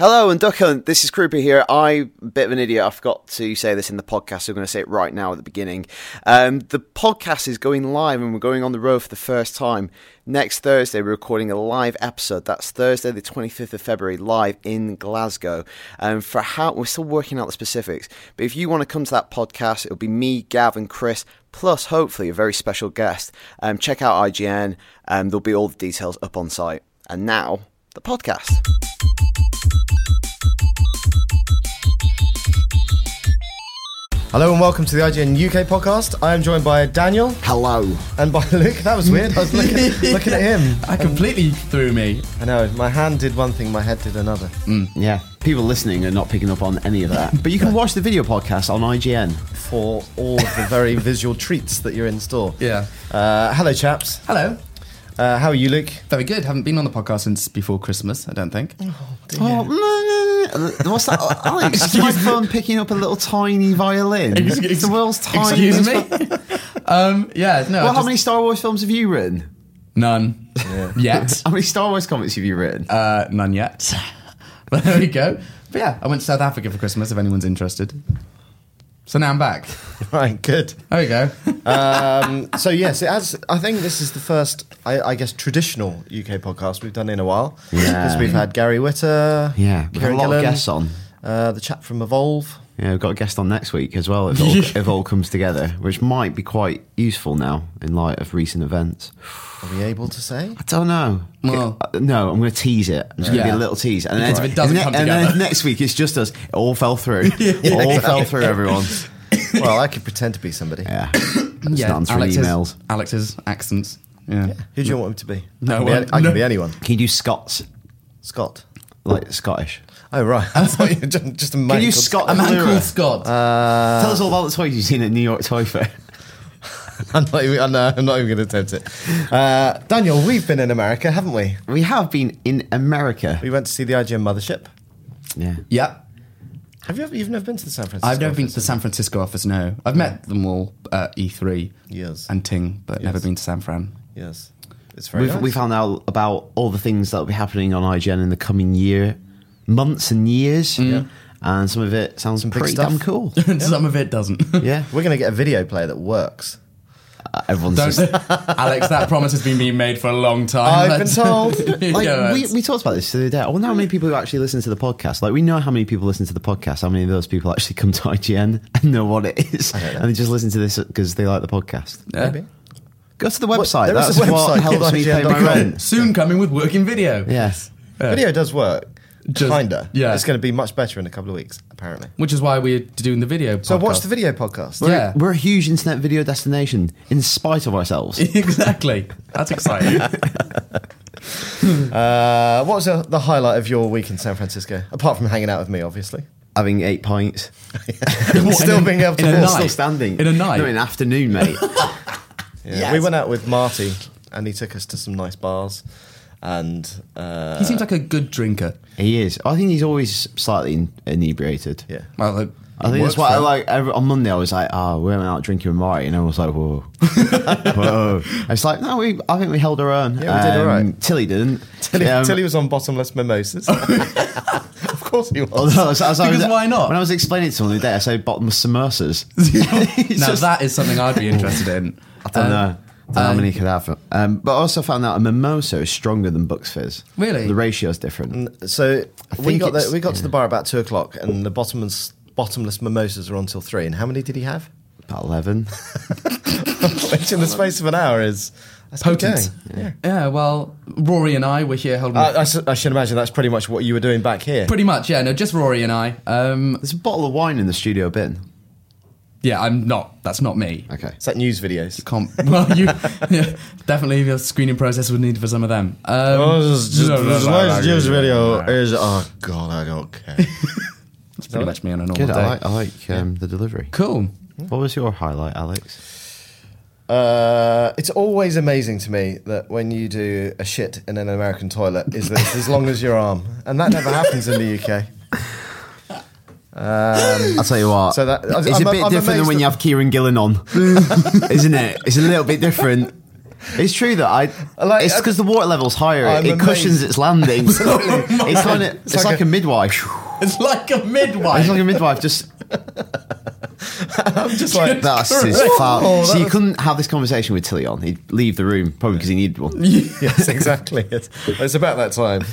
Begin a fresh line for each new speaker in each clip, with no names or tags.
Hello and Duck Hunt, this is Krupa here. I'm a bit of an idiot. I forgot to say this in the podcast, so I'm going to say it right now at the beginning. Um, the podcast is going live and we're going on the road for the first time. Next Thursday, we're recording a live episode. That's Thursday, the 25th of February, live in Glasgow. Um, for how We're still working out the specifics, but if you want to come to that podcast, it'll be me, Gav, and Chris, plus hopefully a very special guest. Um, check out IGN, um, there'll be all the details up on site. And now, the podcast.
Hello and welcome to the IGN UK podcast. I am joined by Daniel
Hello.
and by Luke. That was weird. I was looking, looking at him.
That completely threw me.
I know. My hand did one thing, my head did another.
Yeah, people listening are not picking up on any of that. But you can watch the video podcast on IGN.
For all of the very visual treats that you're in store.
Yeah.
Uh, hello, chaps.
Hello.
Uh, how are you, Luke?
Very good. Haven't been on the podcast since before Christmas, I don't think.
Oh, mm, mm, mm. what's that? Oh, Alex, is my phone picking up a little tiny violin? It's the world's tiniest.
Excuse me. um, yeah. No. I
Well, how
just-
many Star Wars films have you written?
None. Yet.
How many Star Wars comics have you written?
Uh, none yet. but there we go. But yeah, I went to South Africa for Christmas. If anyone's interested. So now I'm back.
Right, good.
There we go.
Um, so, yes, it has, I think this is the first, I, I guess, traditional UK podcast we've done in a while.
Yeah.
Because we've had Gary Witter.
yeah, we've got a
Kieran
lot of
Gillen,
guests on.
Uh, the chap from Evolve.
Yeah, we've got a guest on next week as well. If all, if all comes together, which might be quite useful now in light of recent events.
Are we able to say?
I don't know.
Well-
Uh, no, I'm going to tease it. It's going to be
Yeah.
a little tease, and then,
If it doesn't
and
come
then- and
together.
then next week it's just us. It all fell through. It all fell through, everyone.
well, I could pretend to be somebody.
Yeah, just
yeah.
answering
Alex's,
emails.
Alex's accents. Yeah.
Who do you want me to be?
No
I can, be,
one.
an- I can
No.
be anyone.
Can you do Scots?
Scott.
Like Scottish?
Oh right, I thought you were just, just a man.
Can you
called
Scott?
A man
Lura?
called Scott.
Tell us all about the toys you've seen at New York Toy Fair.
I'm not even. I'm not, I'm not even going to attempt it. Uh, Daniel, we've been in America, haven't we?
We have been in America.
We went to see the IGN mothership.
Yeah.
yeah.
Have you ever? You've never been to the San Francisco?
I've never been to the San Francisco office. No, I've met them all at E3
Yes.
and Ting, but never
Yes.
been to San Fran.
Yes, it's very.
We've,
nice.
we found out about all the things that will be happening on IGN in the coming year, months and years. And some of it sounds
big
pretty
Mm. stuff.
damn cool.
And Some of it doesn't.
Yeah.
We're going to get a video player that works.
Uh, Everyone's
Don't,
just
Alex, that promise has been being made for a long time.
I've been told.
Like
Yeah,
we,
that's-
we talked about this the other day. I wonder how many people who actually listen to the podcast. Like we know how many people listen to the podcast. How many of those people actually come to IGN and know what it is, and they just listen to this because they like the podcast.
Yeah.
Maybe.
Go to the website.
there is
That's
a
what
website
helps
called
me pay my
IGN.com.
rent.
Soon coming with working video.
Yes.
Video does work.
Just-
Kinda.
yeah.
It's going to be much better in a couple of weeks, apparently.
Which is why we're doing the video.
So watch
podcast.
the video podcast.
We're- Yeah.
We're a huge internet video destination in spite of ourselves.
exactly. That's exciting.
Uh, what was the, the highlight of your week in San Francisco? Apart from hanging out with me, obviously.
Having eight pints.
Still
in a-
being able to
in a
walk.
night?
Still standing.
In a night?
No, in an afternoon, mate.
Yeah.
Yes.
We went out with Marty, and he took us to some nice bars. And uh,
he seems like a good drinker.
he is. I think he's always slightly in- inebriated.
yeah,
Well, uh,
I think
Works
that's why I
for it.
like every, on Monday I was like, oh, we went out drinking with Marty, and everyone was like, whoa, whoa. It's like, no, we, I think we held our own. Um,
Yeah, we did all right.
Tilly didn't.
Till he,
Um,
till he was on bottomless mimosas. of course he was.
although I was- I was- I
Because
was-
why not?
When I was explaining it to someone the other day, I said bottomless submersers.
now that is something I'd be interested in. Uh,
I don't know. I don't know how many you could have. Um, but I also found out a mimosa is stronger than Bucks Fizz.
Really?
The ratio is different.
So we
think
got the,
it's-
we got to the bar about two o'clock, and the bottomless bottomless mimosas were on till three. And how many did he have?
About 11.
Which in the space of an hour is that's good
Potent.
going.
Yeah. well, Rory and I were here holding.
Uh,
I, I s- I should imagine that's pretty much what you were doing back here.
pretty much, yeah. No, just Rory and I. Um,
There's a bottle of wine in the studio bin.
yeah, I'm not. That's not me.
Okay.
It's like news videos.
Can't. Well, you yeah, definitely the screening process would need for some of them. Um,
Oh,
no, no, no, no, no, no, no, no.
is oh god, I don't care.
It's pretty much me on a normal
Good.
day.
I like, I like um, the delivery.
Cool.
What was your highlight, Alex?
Uh, it's always amazing to me that when you do a shit in an American toilet, is that it's as long as your arm, and that never happens in the UK.
I'll tell you what.
So that- I-
it's
I'm-
a bit
I'm
different than
amazed
when you
that-
have Kieran Gillen on, isn't it? It's a little bit different. It's true that I.
I like-
it's because the water level's higher.
I'm
it cushions
amazed.
its landing. it's kind of. It's,
like
like,
a-
a, midwife.
It's like a midwife.
It's like a midwife. Just
I'm just like
that's his
Correct.
foul.
Oh,
so
that
you
was-
couldn't have this conversation with Tilly on. He'd leave the room probably because he needed one.
yes, exactly. It's, it's about that time.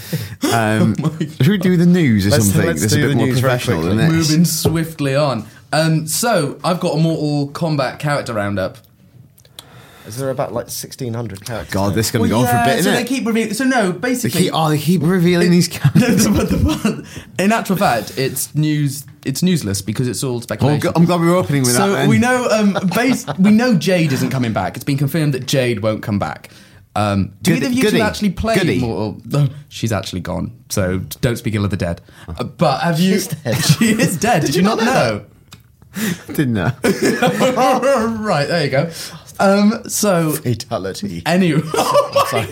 Um, should we do the news or
Let's-
something?
let's
that's
do
a bit
the
more
news very
professional than
quickly.
this.
Moving swiftly on. Um, so I've got a Mortal Kombat character roundup.
Is there about like 1600 characters?
God, this is going to
Well,
go on for a bit,
so
isn't
they
it?
keep revealing. So no,
They
basically,
keep, oh, they keep revealing these
No,
characters.
but the one- in actual fact, it's news. It's newsless because it's all
Well,
speculation.
go- I'm glad we were opening with that.
so
then.
we know, um, base, we know Jade isn't coming back. It's been confirmed that Jade won't come back. Um, do
Goody-
either of you
goody-
two actually play
goody.
Mortal? No, she's actually gone. So don't speak ill of the dead.
Uh-huh.
Uh, but have you? She is dead. Did, you not know?
didn't know.
right there you go. Um, so
Fatality.
anyway, oh my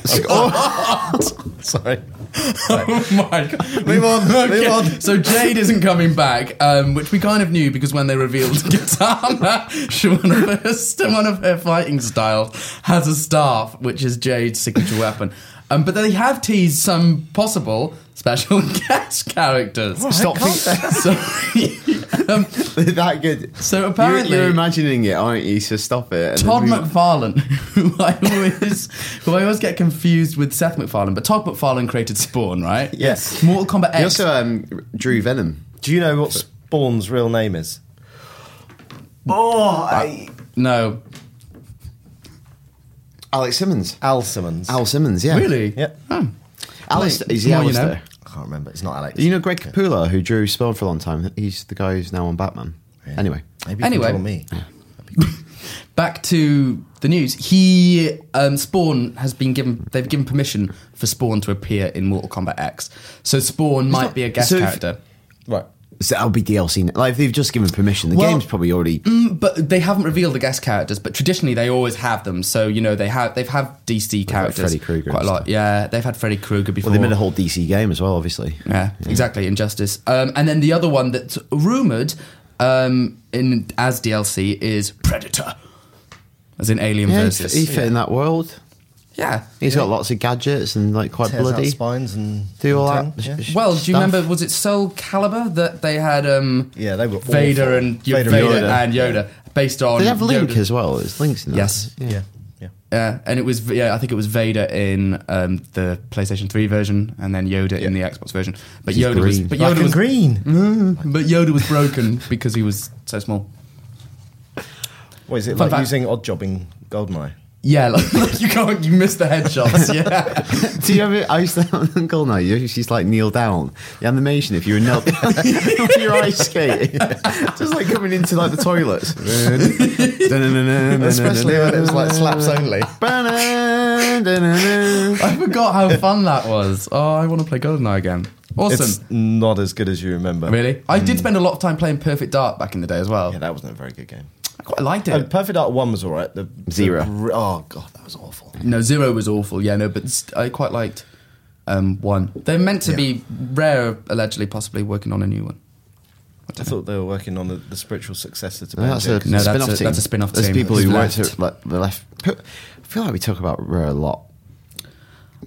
Sorry.
Oh my god. Move
on, move on.
So Jade isn't coming back, um, which we kind of knew because when they revealed Katana, she, one, of her, one of her fighting styles has a staff, which is Jade's signature weapon. Um, but they have teased some possible special guest characters.
Stop.
So, um,
that good.
so apparently.
you're, you're imagining it, aren't you? So stop it. And then
Todd
we-
McFarlane, who I always, who I always get confused with Seth MacFarlane, but Todd McFarlane created Spawn, right?
Yes.
Mortal Kombat X.
He also um, drew Venom.
Do you know what Spawn's real name is?
no,
Alex Simmons.
Al Simmons.
Al Simmons. Yeah.
Really?
Yep.
Alex. Is he
Well, you
Alistair? You know.
I can't remember. It's not Alex.
Greg Capullo, who drew Spawn for a long time. He's the guy who's now on Batman.
Yeah.
Anyway,
Maybe you
Anyway.
can tell me.
Back to the news. He um, Spawn has been given. They've given permission for Spawn to appear in Mortal Kombat X. So Spawn might be a guest
so if-
character.
Right.
so that'll be DLC. now. Like they've just given permission. The
Well-
game's probably already.
Mm, But they haven't revealed the guest characters. But traditionally, they always have them. So you know they have they've had DC characters
Freddy Krueger
quite a
and
lot. Yeah, they've had Freddy Krueger before.
Well, they made a whole DC game as well, obviously.
Yeah, exactly. Injustice. Um, and then the other one that's rumored um, in as DLC is Predator, as in Alien
Yeah, he fit-
versus.
he fit in that world.
yeah.
He's got lots of gadgets and like quite
Tears
bloody.
out spines and
Do all
and
that.
tongue, yeah.
sh- sh-
Well, do you
stuff.
remember? Was it Soul Calibur that they had? Um,
Yeah, they were
Vader
awful.
and yeah,
Vader
Vader,
and
Yoda.
and Yoda, based on.
They have Link
Yoda.
as well. There's links in that.
Yes.
Yeah. Yeah.
Yeah, and it was yeah. I think it was Vader in um, the PlayStation Three version, and then Yoda in the Xbox version. But
He's
Yoda was
green.
but
Black
Yoda
and
was,
green.
but Yoda was broken because he was so small.
What is it
Fun
like
fact.
using odd jobbing Goldeneye?
Yeah, like, like you can't you miss the headshots. Yeah,
Do you ever? I used to have an uncle now. You used to just, like kneel down. The animation, if you were knelt down, with your eyes skating, just like coming into like the toilets.
Especially
Especially
when it was like slaps only.
I forgot how fun that was. Oh, I want to play Goldeneye again. Awesome.
It's not as good as you remember.
Really? I
Mm.
did spend a lot of time playing Perfect Dark back in the day as well.
Yeah, that wasn't a very good game.
I quite liked it.
Oh, Perfect Art 1 was alright. The,
Zero.
the gr- oh, God, that was awful.
No, zero was awful. Yeah, no, but st- I quite liked um, one. They're meant to be rare, allegedly, possibly working on a new one.
I thought they were working on the, the spiritual successor to
No, that's a,
Banjo.
No, that's
spin-off
a-
team.
that's a spin-off
There's
team
people
that's
who
left.
worked at like, the left. I feel like we talk about Rare a lot.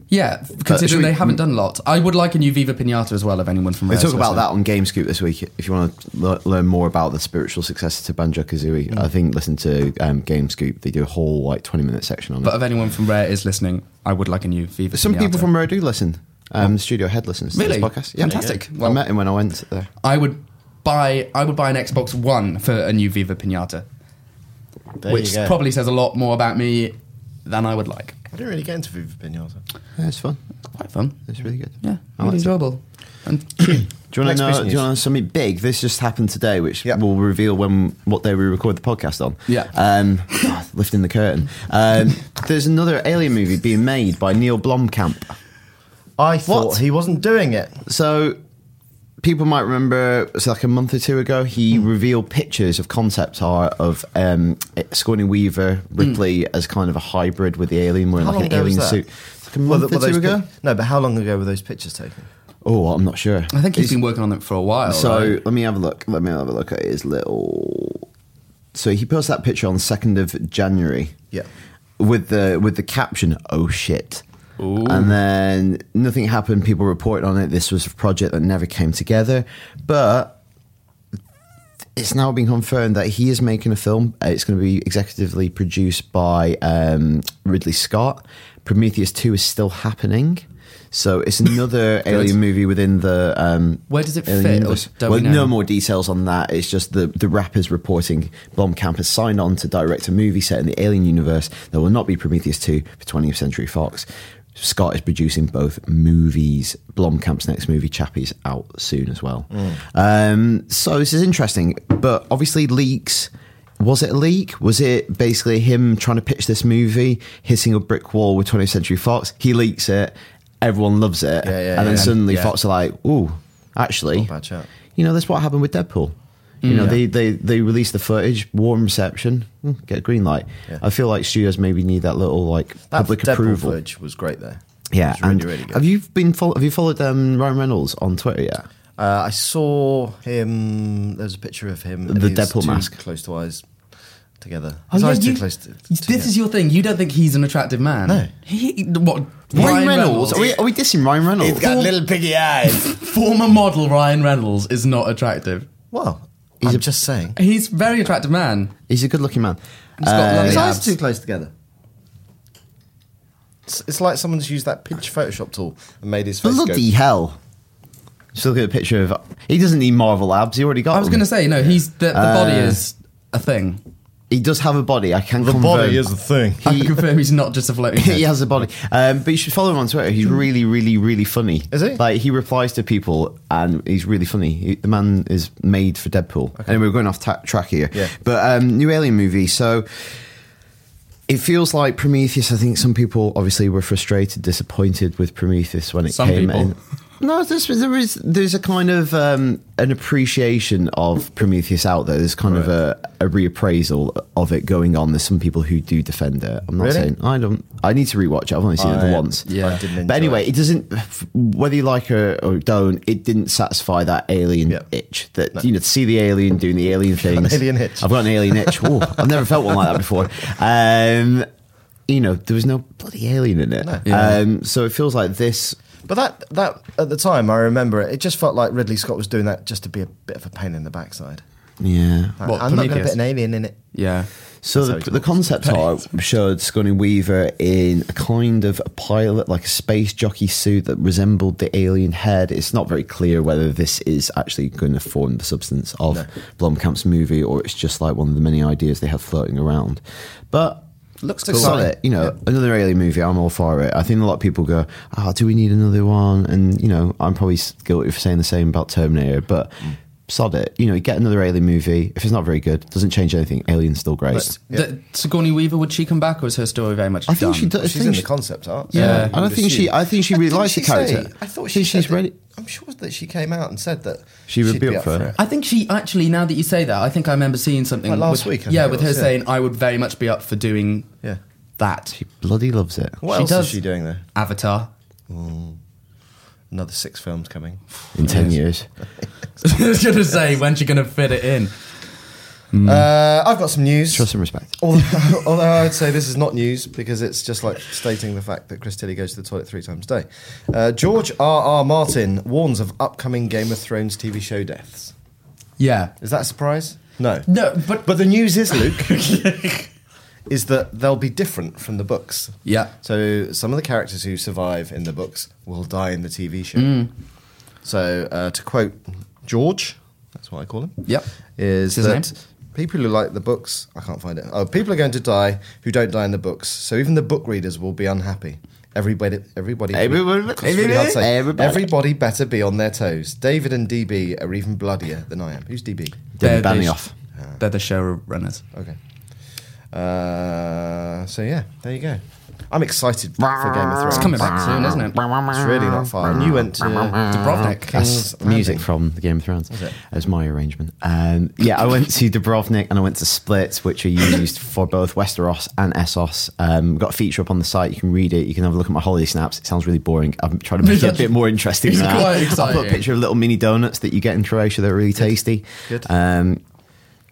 Yeah,
Uh, should
considering
we-
they haven't done a lot. I would like a new Viva Pinata as well, if anyone from
They
Rare's
talk about
listening.
that on GameScoop this week. If you want to le- learn more about the spiritual successor to Banjo Kazooie,
Mm.
I think listen to um, GameScoop. They do a whole like 20 minute section on
But
it.
if anyone from Rare is listening, I would like a new Viva
Some people
Pinata.
from Rare do listen. Um, the studio head listens to
Really?
this podcast.
Fantastic.
I
Well-
met him when I went there.
I would buy I would buy an Xbox One for a new Viva Pinata,
There
which
you go.
probably says a lot more about me than I would like.
I didn't really get into Viva Pinata.
Yeah, it's fun.
Quite fun.
It's really good.
Yeah,
I
really
liked it.
enjoyable. And
Do you want
Next
to
piece
know?
of
Do you
news.
want to know something big? This just happened today, which
Yep.
will reveal when what day we record the podcast on.
Yeah.
Um, God, lifting the curtain. Um, there's another Alien movie being made by Neil Blomkamp.
I thought
What?
he wasn't doing it.
So people might remember it was like a month or two ago. He revealed pictures of concept art of um, Scorny Weaver Ripley as kind of a hybrid with the alien, wearing
How
like
long
an
ago was
alien
that?
suit. It's like a month
th-
or two
those
ago.
pic- no, but how long ago were those pictures taken?
Oh, I'm not sure.
I think he's
It's-
been working on it for a while.
So
right?
let me have a look. Let me have a look at his little. So he posted that picture on the second of January.
Yeah.
With the with the caption, "Oh shit." And then nothing happened. People reported on it. This was a project that never came together, but it's now been confirmed that he is making a film. Uh, It's going to be executively produced by um, Ridley Scott. Prometheus Two is still happening, so it's another alien movie within the um,
Where does it
Alien
fit, or
universe.
don't
well,
we know?
no more details on that. It's just the the rappers reporting Blomkamp has signed on to direct a movie set in the Alien universe that will not be Prometheus 2 for 20th Century Fox. Scott is producing both movies. Blomkamp's next movie, Chappie's, out soon as well.
Mm.
Um, so this is interesting, but obviously leaks. Was it a leak? Was it basically him trying to pitch this movie, hitting a brick wall with 20th Century Fox? He leaks it. Everyone loves it,
Yeah, yeah,
and then
yeah.
suddenly
Yeah.
Fox are like, "Ooh, actually,
Not a bad shout.
you know, that's what happened with Deadpool. You
Mm.
know, they, they, they released the footage, warm reception, hmm, get a green light.
Yeah.
I feel like studios maybe need that little like
That
public
Deadpool
approval.
footage was great there. it
Yeah,
was really,
and
really good.
have you been follow- have you followed um, Ryan Reynolds on Twitter yet?
Uh, I saw him. There was a picture of him.
The
he was
Deadpool
too
mask. Oh,
close to eyes together. His eyes too close to.
this
together.
is your thing. Oh, You don't think he's an attractive man?
No.
He what?
Ryan, Reynolds? Are, we, are we dissing Ryan Reynolds?
little piggy eyes.
former model Ryan Reynolds is not attractive.
well,
He's
I'm
a-
just saying.
He's a very attractive man.
He's a good looking man.
He's got
Uh,
lovely
His
abs.
eyes too close together. It's, it's like someone's used that pitch Photoshop tool and made his face go-
bloody hell. Just look at a picture of. He doesn't need Marvel abs. He already got
I was
them.
going to say, no, he's the, the body
Uh,
is a thing.
He does have a body. I can
The
confirm.
body is a thing.
I
He-
can confirm he's not just a floating head.
he has a body. Um, but you should follow him on Twitter. He's really, really, really funny.
Is he?
Like he replies to people, and he's really funny. He- the man is made for Deadpool. And Anyway, we're going off ta- track here.
Yeah.
But um, new Alien movie. So it feels like Prometheus. I think some people obviously were frustrated, disappointed with Prometheus when it
Some
came
people.
in. No, there's, there is there's a kind of um, an appreciation of Prometheus out there. There's kind of a, a reappraisal of it going on. There's some people who do defend it. I'm not
Really?
saying I don't. I need to rewatch it. I've only seen it
I-
the once.
Yeah.
I didn't enjoy
But anyway,
it.
it doesn't. Whether you like her or don't, it didn't satisfy that alien
Yeah.
itch. That you know, to see the alien doing the alien things.
alien itch.
I've got an alien itch. Ooh, I've never felt one like that before. Um, you know, there was no bloody alien in it.
Yeah.
Um, so it feels like this.
But that that at the time I remember it, it just felt like Ridley Scott was doing that just to be a bit of a pain in the backside.
Yeah.
Like,
What,
I'm not going to
Prometheus?
put an alien in it.
Yeah.
So
That's
the,
how he
the
talks.
concept art showed Scunny Weaver in a kind of a pilot, like a space jockey suit that resembled the alien head. It's not very clear whether this is actually going to form the substance of Blomkamp's movie or it's just like one of the many ideas they have floating around. But
Looks
it's solid, you know, another alien movie. I'm all for it. I think a lot of people go, "Oh, do we need another one?" And you know, I'm probably s- guilty for saying the same about Terminator, but.
Mm.
Sod it, you know. You get another Alien movie. If it's not very good, doesn't change anything. Alien's still great.
The, Sigourney Weaver, would she come back or is her story very much
I think she
done?
does. I
She's
think
in
she-
the concept art.
Yeah,
Yeah,
I don't think she. I think she really likes the character.
I thought
Think
she
she's
said that-
ready.
I'm sure that she came out and said that
She would
she'd
be up
up
for it.
I think she actually, now that you say that, I think I remember seeing something
Like last
with-
week, I
yeah,
think it
with her
was, yeah.
saying, I would very much be up for doing
Yeah.
that.
She bloody loves it.
What
She
else
does.
is she doing there?
Avatar.
another six films coming.
in 10 years.
I was going to say, when's she going to fit it in?
Uh, I've got some news.
Hmm. Trust and respect.
Although, although I would say this is not news because it's just like stating the fact that Chris Tilly goes to the toilet three times a day. Uh, George R. R. Martin warns of upcoming Game of Thrones TV show deaths.
Yeah.
Is that a surprise? No.
No, but.
But the news is, Luke, is that they'll be different from the books.
Yeah.
So some of the characters who survive in the books will die in the TV show.
Mm.
So uh, to quote George, that's what I call him.
Yep.
Is
His
that
name.
people who like the books? I can't find it. Oh, people are going to die who don't die in the books. So even the book readers will be unhappy. Everybody, everybody,
Everybody-
It's really hard to say.
Everybody.
everybody better be on their toes. David and DB are even bloodier than I am. Who's DB?
They're
Didn't ban
the
me
sh-
off.
They're the showrunners.
Okay. Uh, so yeah, there you go. I'm excited for Game of Thrones.
It's coming back soon, isn't it?
It's really not far. And you went to
Dubrovnik.
King's
That's music
Landing.
from the Game of Thrones. As my arrangement. Um, yeah, I went to Dubrovnik and I went to Split, which are used for both Westeros and Essos. Um, got a feature up on the site. You can read it. You can have a look at my holiday snaps. It sounds really boring. I'm trying to make it a bit more interesting.
It's
than that.
quite
I put a
exciting.
picture of little mini donuts that you get in Croatia. They're really tasty.
Good.
Um,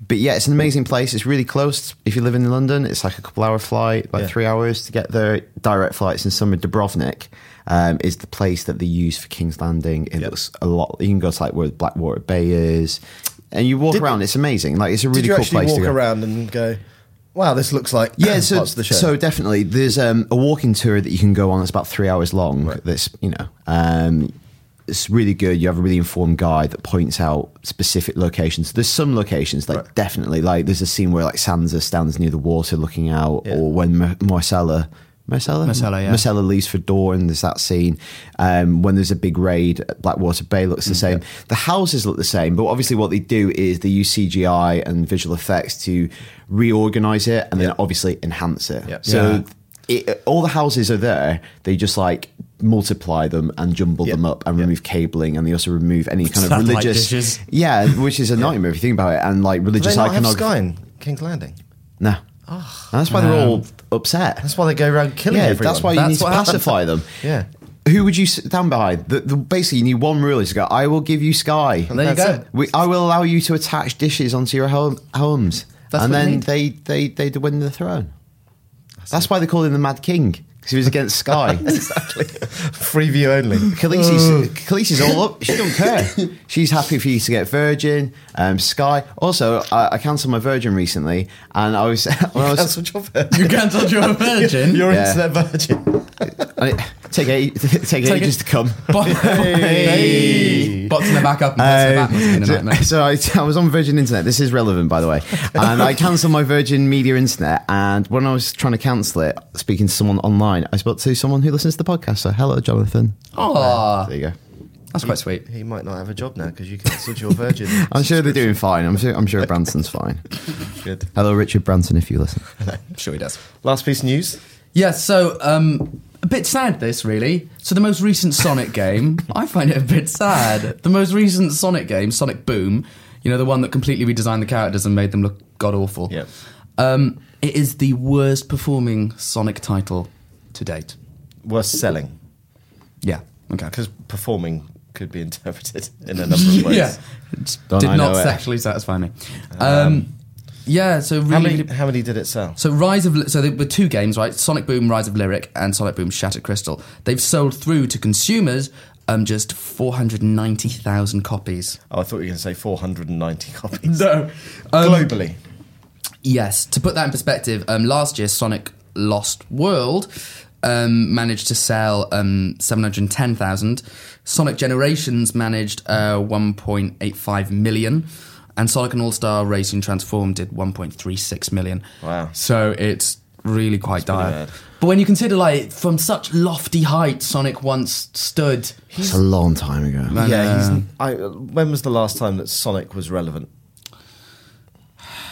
but yeah, it's an amazing place. It's really close. If you live in London, it's like a couple hour flight, like
Yeah.
three hours to get there. Direct flights in summer. Dubrovnik um, is the place that they use for King's Landing. It looks a lot. You can go to like where Blackwater Bay is, and you walk around. It's amazing. Like it's a really
Did you
cool
actually
place
walk
to go.
around and go, "Wow, this looks like
Yeah, so,
parts of the show"?
so definitely. There's um, a walking tour that you can go on that's about three hours long. That's, you know, um, it's really good. You have a really informed guide that points out specific locations. There's some locations that definitely, like, there's a scene where, like, Sansa stands near the water looking out, or when Mar- Marcella. Marcella?
Marcella, yeah.
Marcella leaves for Dawn. There's that scene. Um, when there's a big raid, at Blackwater Bay looks the same. The houses look the same, but obviously, what they do is they use CGI and visual effects to reorganize it and then obviously enhance it.
Yep.
Yeah.
So it, all the houses are there. They just like multiply them and jumble them up and remove cabling and they also remove any kind of
Satellite
religious
dishes.
yeah which is a nightmare if you think about it and like
Do they
religious
not have
iconography
Sky in King's Landing?
no And that's why they're all upset
That's why they go around killing
yeah
everyone.
that's why you
That's
need to
what happened.
pacify them
Yeah.
who would you stand behind the, the, basically you need one rule is to go I will give you Sky
And there you
That's
go.
it.
we, I will allow you to attach dishes onto your home, homes,
That's
and
what you
then
need.
they they they win the throne. That's, why they call him the Mad King because he was against Sky.
Free view only.
Khaleesi's, Khaleesi's all up. She don't care. She's happy for you to get Virgin, um, Sky. Also, I, I cancelled my Virgin recently, and I was when I
That's
was
what you're virgin.
You cancelled your virgin.
You're
Yeah.
internet virgin.
and it- take eight, take,
Take
ages
it-
to come.
Bo- hey. Boxing the back up and boxing the back must have been a nightmare.
so I, I was on Virgin Internet. This is relevant, by the way. And I cancelled my Virgin Media Internet. And when I was trying to cancel it, speaking to someone online, I spoke to someone who listens to the podcast. So, hello, Jonathan.
Aw,
There you go.
Oh, that's quite sweet.
He might not have a job now because you cancelled your virgin.
I'm sure they're doing fine. I'm sure. I'm sure Branson's fine.
Good.
Hello, Richard Branson, if you listen.
I'm sure he does.
Last piece of news.
Yeah, so um, a bit sad this, really. So the most recent Sonic game, I find it a bit sad. The most recent Sonic game, Sonic Boom, you know, the one that completely redesigned the characters and made them look god awful.
Yep.
Um, it is the worst performing Sonic title to date.
Worst selling
Yeah. Okay.
because performing could be interpreted in a number of ways.
Yeah. It
Don't
did
I
not
know it.
sexually satisfy me. Um, yeah, so really.
How many? How many did it sell?
So Rise of so there were two games, right? Sonic Boom, Rise of Lyric, and Sonic Boom Shattered Crystal. They've sold through to consumers um, just four hundred ninety thousand copies.
Oh, I thought you were going to say 490 copies.
No, Um,
Globally.
Yes, to put that in perspective, um, last year Sonic Lost World um, managed to sell um, 710,000. Sonic Generations managed uh, 1.85 million. And Sonic and All Star Racing Transformed did 1.36 million.
Wow.
So it's really quite dire.
bad.
But when you consider, like, from such lofty heights Sonic once stood,
It's a long time ago.
And,
yeah.
uh,
He's, I, when was the last time that Sonic was relevant?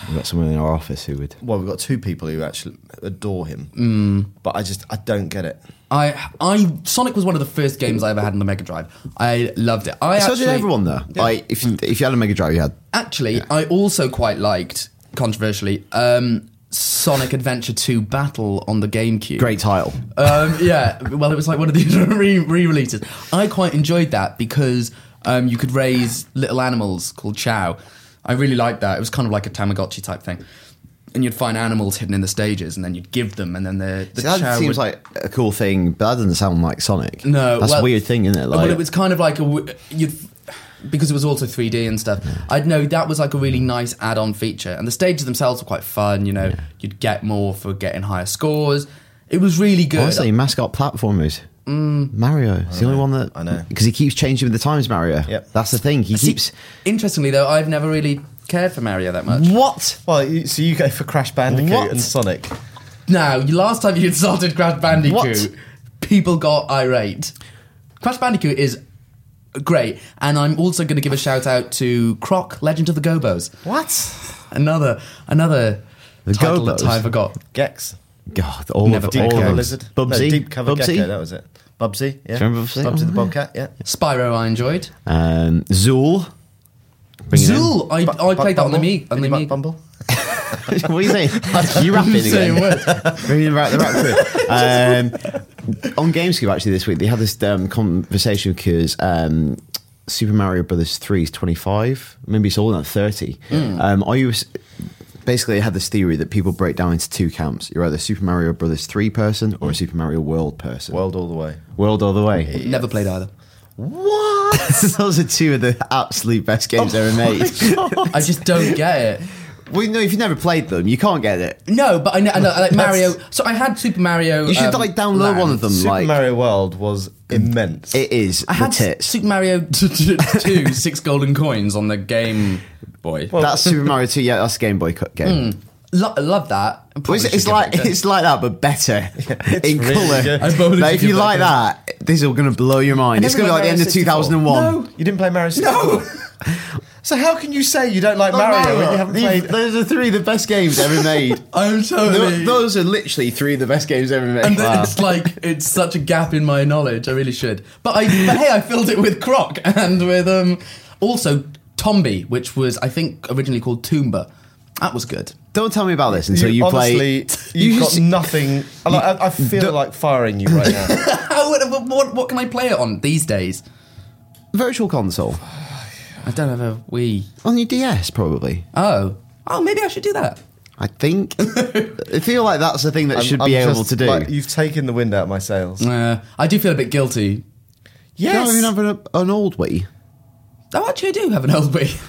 We've got someone in our office who would.
Well, we've got two people who actually adore him.
Mm.
But I just, I don't get it.
I, I, Sonic was one of the first games I ever had on the Mega Drive. I loved it. I
So
actually,
did everyone though. Like if you, if you had a Mega Drive, you had
Actually, I also quite liked, controversially, um, Sonic Adventure 2 Battle on the GameCube.
Great title.
Um, yeah, well, it was like one of these re releases. I quite enjoyed that because um, you could raise little animals called chow. I really liked that. It was kind of like a Tamagotchi type thing. And you'd find animals hidden in the stages, and then you'd give them, and then the, the
See, that
chow
seems
would-
like a cool thing, but that doesn't sound like Sonic.
No,
that's
well-
a weird thing, isn't it? Like,
well, it was kind of like a w- you'd because it was also 3D and stuff. I'd know that was like a really nice add-on feature, and the stages themselves were quite fun. You know, you'd get more for getting higher scores. It was really good.
honestly, mascot platformers. Mario. It's the only one that
I Mm. know.
because he keeps changing with the times. Mario.
Yep.
That's the thing. He
See,
keeps
interestingly though, I've never really cared for Mario that much.
what?
Well, you, so you go for Crash Bandicoot
What?
and Sonic.
Now, last time you insulted Crash Bandicoot,
What?
people got irate. Crash Bandicoot is great, and I'm also going to give a shout out to Croc, Legend of the Gobos.
What?
Another another
The
title that
Gobos?
I forgot.
Gex.
God, all
Never
of
played
Deep
all of
Gecko
cover
them.
lizard.
Bubsy,
No, deep cover
Bubsy,
gecko. That was it. Bubsy. Yeah.
Do you remember Bubsy?
Bubsy
Oh,
the
yeah.
bobcat. Yeah.
Spyro, I enjoyed.
um, Zool. Bring it in.
Zool, I,
Bu-
I
bu-
played that on the
Bumble?
Mii. On the
Mini Buck
Mii.
Bumble.
what are you saying? you rapping
Same
again?
word.
Bringing back the rap crew. Um, on Gamescube actually this week they had this um, conversation because um, Super Mario Brothers three is twenty five, maybe it's all at thirty.
Hmm.
Um, are you s- basically had this theory that people break down into two camps? You're either a Super Mario Brothers three person or a Super Mario World person.
World all the way.
World all the way.
Never played either.
What? Those are two of the absolute best
Oh
games ever made.
I just don't get it.
well, no, if you've never played them, you can't get it.
No, but I know, I know I like Mario. So I had Super Mario.
You should
um,
like download
Land.
one of them.
Super
like
Mario World was immense.
it is
I
the
had
tits.
Super Mario 2, six golden coins on the Game Boy.
that's Super Mario 2. Yeah, that's a Game Boy co-
Hmm,
game.
Lo- love that.
Well, it's, it's like it's like that, but better in
really
color.
good.
I probably
Like,
should
if you
give
like
that
that, this is all going to blow your mind. It's going to be like the end of 2001.
No, you didn't play Mario. No. so how can you say you don't like Mario when you haven't
These-
played?
Those are three of the best games ever made.
I'm
Tho-
totally.
those are literally three of the best games ever made.
and it's like it's such a gap in my knowledge. I really should. But I but hey, I filled it with Croc and with um also Tombi, which was I think originally called Toomba. That was good.
Don't tell me about this until you, play.
honestly, you've got
just-
nothing. I, like- I- I feel like firing you right now.
How would- what, what, what can I play it on these days?
Virtual Console
I don't have a Wii.
on your DS, probably.
Oh, oh, maybe I should do that.
I think. I feel like that's the thing that should be
I'm
able
just,
to do.
like, you've taken the wind out of my sails.
Uh, I do feel a bit guilty.
Don't even have an, an old Wii.
Oh, actually, I do have an old Wii.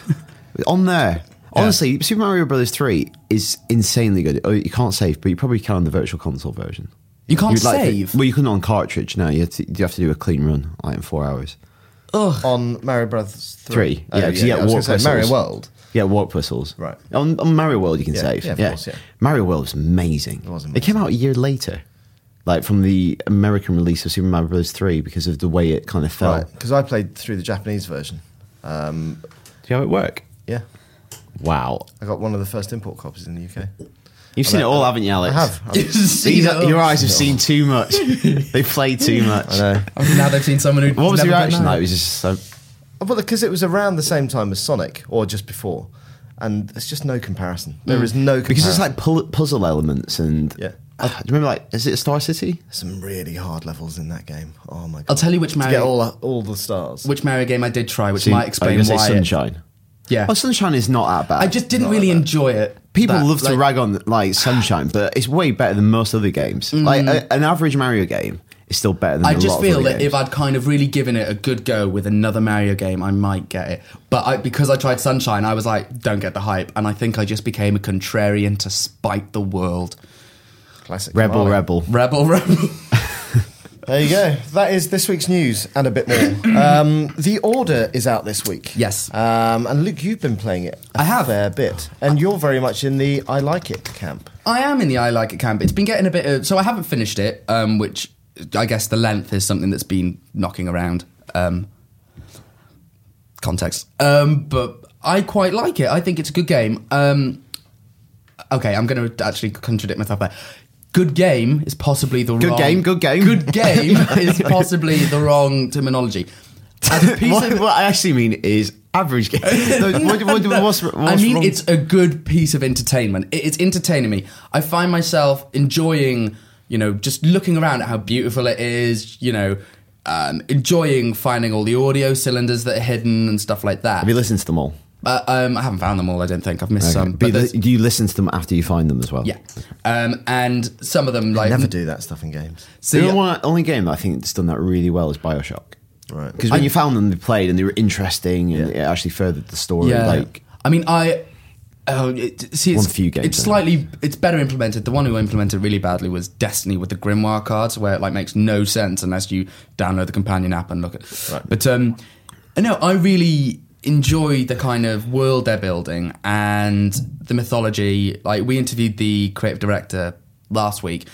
on there. Honestly, Super Mario Brothers Three is insanely good. Oh, you can't save, but you probably can on the Virtual Console version.
You can't
You'd like to-
save.
well, you couldn't on cartridge. No, you, had to, you have to do a clean run like in four hours.
on Mario Brothers three.
Three,
Oh,
yeah, 'cause you get
I was gonna
warp
say
whistles.
Mario World.
Yeah, warp whistles.
Right.
on, on Mario World you can
Yeah,
save.
yeah, of course, yeah.
Mario World was amazing. It
was
It came out a year later, like from the American release of Super Mario Brothers Three because of the way it kind of fell.
Right, because I played through the Japanese version. Um,
Do you have it work?
yeah,
Wow,
I got one of the first import copies in the UK.
you've seen it all, haven't you,
I
Alex?
have. I have.
These
These
are- your eyes have seen too much. They've played too much. I know.
Oh, Now they've seen someone who.
What was your reaction? Like, it was just so.
well, because it was around the same time as Sonic, or just before, and it's just no comparison. There is no comparison.
Mm. Because it's like pu- puzzle elements and
Yeah.
Uh, do you remember like is it Star City?
some really hard levels in that game. Oh my god!
I'll tell you which
to get
Mario,
all all the stars.
which Mario game I did try, which
So you-
might
I
explain
was gonna
why.
say
it-
Sunshine.
yeah,
Oh, Sunshine is not that bad.
I just didn't really enjoy it.
people
That-
love to
like,
rag on like Sunshine, but it's way better than most other games. Like a, an average Mario game is still better than.
Mm. I
a lot
just
of
feel
other
that
games.
if I'd kind of really given it a good go with another Mario game, I might get it. But I, because I tried Sunshine, I was like, don't get the hype, and I think I just became a contrarian to spite the world.
Classic
Rebel
Kamali.
Rebel.
Rebel, rebel.
There you go. That is this week's news and a bit more. Um, the Order is out this week.
Yes.
Um, and Luke, you've been playing it. I
I have.
fair bit, and you're very much in the I like it camp.
I am in the I like it camp. It's been getting a bit of. So I haven't finished it, um, which I guess the length is something that's been knocking around. Um, context. Um, but I quite like it. I think it's a good game. Um, okay, I'm going to actually contradict myself there. Good game is possibly the
Good
wrong.
game, good game.
Good game is possibly the wrong terminology. As a piece
what,
of-
what I actually mean is average game. No, what- what- what's- what's
uh, I mean,
wrong?
it's a good piece of entertainment. It, it's entertaining me. I find myself enjoying, you know, just looking around at how beautiful it is, you know, um, enjoying finding all the audio cylinders that are hidden and stuff like that.
Have you listened to them all?
But, um, I haven't found them all, I don't think. I've missed some.
But
But
you li-
there's-
do you listen to them after you find them as well?
yeah. Um, and some of them, like.
Never do that stuff in games.
See,
The only, one, only game that I think that's done that really well is Bioshock.
Right.
Because when you found them, they played and they were interesting and it actually furthered the story. Like,
I mean, I. Oh, it, see, it's,
One few games,
it's
I
slightly
think.
it's better implemented. The one who implemented really badly was Destiny with the Grimoire cards, where it like makes no sense unless you download the companion app and look at. But um, no, I really enjoy the kind of world they're building and the mythology. Like we interviewed the creative director last week,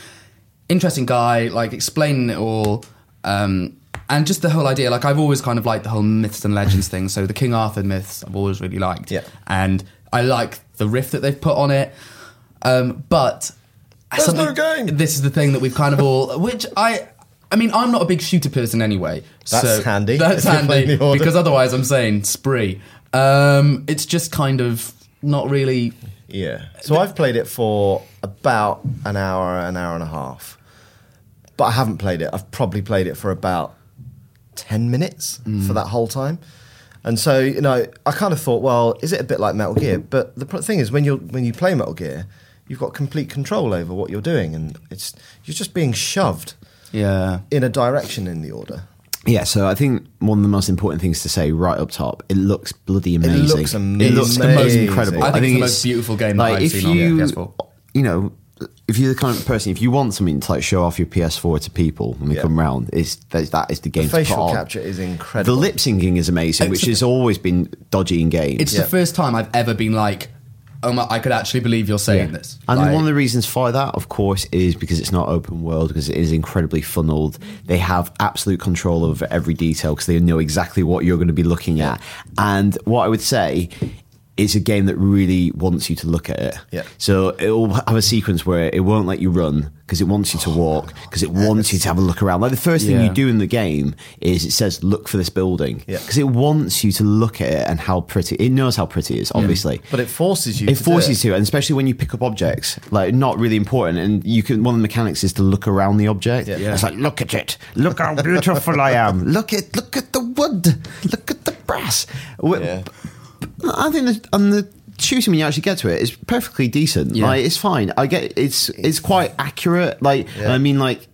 interesting guy, like explaining it all. Um, and just the whole idea, like I've always kind of liked the whole myths and legends thing. So the King Arthur myths I've always really liked.
Yeah.
And I like the riff that they've put on it. Um, but
There's
something-
no game.
This is the thing that we've kind of all, which I, I mean, I'm not a big shooter person anyway.
That's
so
handy,
That's
if you're playing
handy
the order.
because otherwise I'm saying spree. Um, it's just kind of not really.
Yeah. So I've played it for about an hour, an hour and a half. But I haven't played it. I've probably played it for about 10 minutes for that whole time. And so, you know, I kind of thought, well, is it a bit like Metal Gear? But the pr- thing is, when you when you play Metal Gear, you've got complete control over what you're doing, and it's you're just being shoved
Yeah.
in a direction in the order.
yeah, so I think one of the most important things to say right up top, it looks bloody amazing.
looks amazing.
It looks the most
Amazing.
incredible.
I think it's the most beautiful game that I've
if
seen on
you,
PS4.
You know, if you're the kind of person, if you want something to like show off your PS4 to people when they
Yeah.
come round, it's, that that is the game to put
Facial
on.
capture is
The
incredible.
lip syncing is amazing, which has always been dodgy in games.
It's
Yeah.
the first time I've ever been like, oh my, I could actually believe you're saying
Yeah.
this.
And
Like-
one of the reasons for that, of course, is because it's not open world, because it is incredibly funneled. They have absolute control over every detail because they know exactly what you're going to be looking at. And what I would say is a game that really wants you to look at it.
Yeah.
So it'll have a sequence where it won't let you run because it wants you to walk, because it wants you to have a look around. Like the first thing
Yeah.
you do in the game is it says, look for this building.
Yeah.
Because it wants you to look at it and how pretty, it knows how pretty it is, obviously
but it forces you.
it
to do
forces you, and especially when you pick up objects, like not really important. And you can one of the mechanics is to look around the object.
Yeah.
It's like look at it, look how beautiful I am. Look at look at the wood, look at the brass. Wh-
Yeah.
I think the, and the shooting when you actually get to it is perfectly decent.
Yeah.
Like it's fine. I get it's it's quite accurate. Like
Yeah.
I mean, like,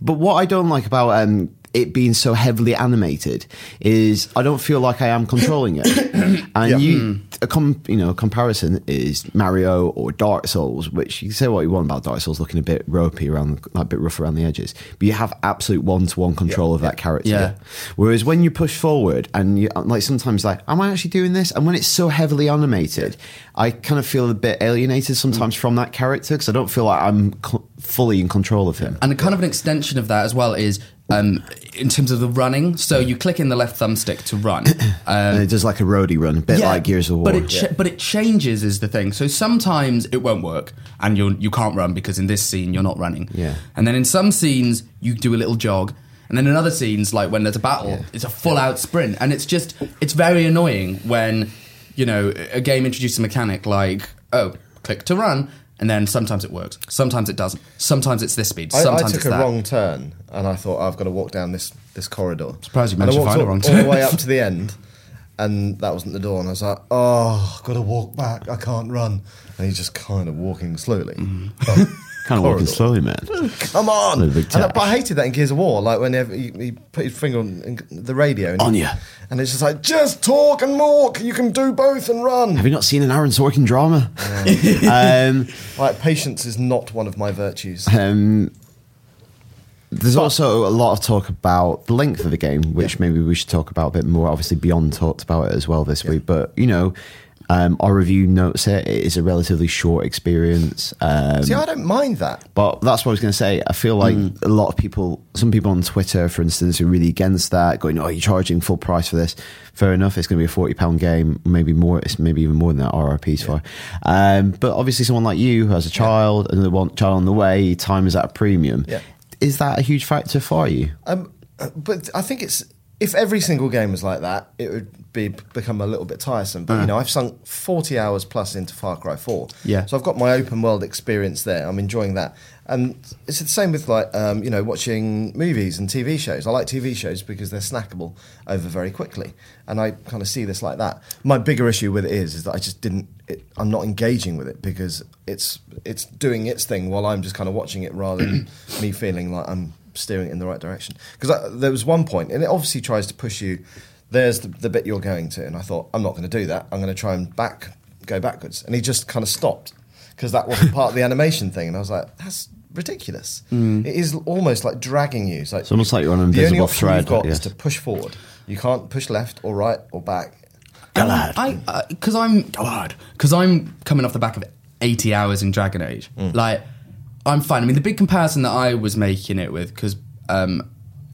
but what I don't like about um. It being so heavily animated is I don't feel like I am controlling it, and
Yeah.
you
Hmm.
a com- you know comparison is Mario or Dark Souls, which you can say what you want about Dark Souls looking a bit ropey around, like a bit rough around the edges, but you have absolute one to one control of that character.
Yeah.
Whereas when you push forward and you like sometimes like, am I actually doing this? And when it's so heavily animated, I kind of feel a bit alienated sometimes from that character because I don't feel like I'm co- fully in control of him.
And kind of an extension of that as well is um, in terms of the running. So you click in the left thumbstick to run. Um,
And it does like a roadie run, a bit
yeah,
like Gears of War.
But it, cha- but it changes is the thing. So sometimes it won't work and you you can't run because in this scene you're not running.
Yeah.
And then in some scenes you do a little jog. And then in other scenes, like when there's a battle, it's a full out sprint. And it's just, it's very annoying when, you know, a game introduces a mechanic like, oh, click to run. And then sometimes it works, sometimes it doesn't. Sometimes it's this speed,
I, I
sometimes
took
it's
a
that.
wrong turn and I thought I've got to walk down this this corridor.
Surprised you
And I
managed to
walked
find a
all,
wrong
all
turn.
the way up to the end, and that wasn't the door. And I was like, oh, got to walk back. I can't run. And he's just kind of walking slowly.
Mm-hmm.
Oh,
kind of
corridor.
walking slowly, man.
Come on!
Little big
And I-
touch.
but I hated that in Gears of War, like whenever he, he put his finger on in the radio and
On
he-
ya.
and it's just like just talk and walk. You can do both and run.
Have you not seen an Aaron Sorkin drama? um,
Like patience is not one of my virtues.
Um, there's also a lot of talk about the length of the game, which maybe we should talk about a bit more. Obviously, Beyond talked about it as well this week, but you know, um, our review notes it. It is a relatively short experience. Um,
See, I don't mind that.
but that's what I was going to say. I feel like a lot of people, some people on Twitter, for instance, are really against that, going, "Oh, you're charging full price for this." Fair enough. It's going to be a forty pound game, maybe more. It's maybe even more than that. RRPs for. Um, but obviously, someone like you who has a child, another one child on the way, time is at a premium.
Yeah.
Is that a huge factor for you?
Um, uh, but I think it's if every single game was like that, it would be become a little bit tiresome. But you know, I've sunk forty hours plus into Far Cry Four.
Yeah.
So I've got my open world experience there. I'm enjoying that, and it's the same with like um, you know watching movies and TV shows. I like TV shows because they're snackable over very quickly, and I kind of see this like that. My bigger issue with it is is that I just didn't. It, I'm not engaging with it because it's it's doing its thing while I'm just kind of watching it rather than me feeling like I'm steering it in the right direction. Because there was one point, and it obviously tries to push you. There's the, the bit you're going to, and I thought I'm not going to do that. I'm going to try and back go backwards, and he just kind of stopped because that wasn't part of the animation thing, and I was like, that's ridiculous. It is almost like dragging you. It's, like, it's
Hmm. almost like you're on an
the only
invisible
option
thread,
You've got
yes.
is to push forward. You can't push left or right or back.
I because I'm God because I'm coming off the back of eighty hours in Dragon Age. Like I'm fine. I mean, the big comparison that I was making it with because um,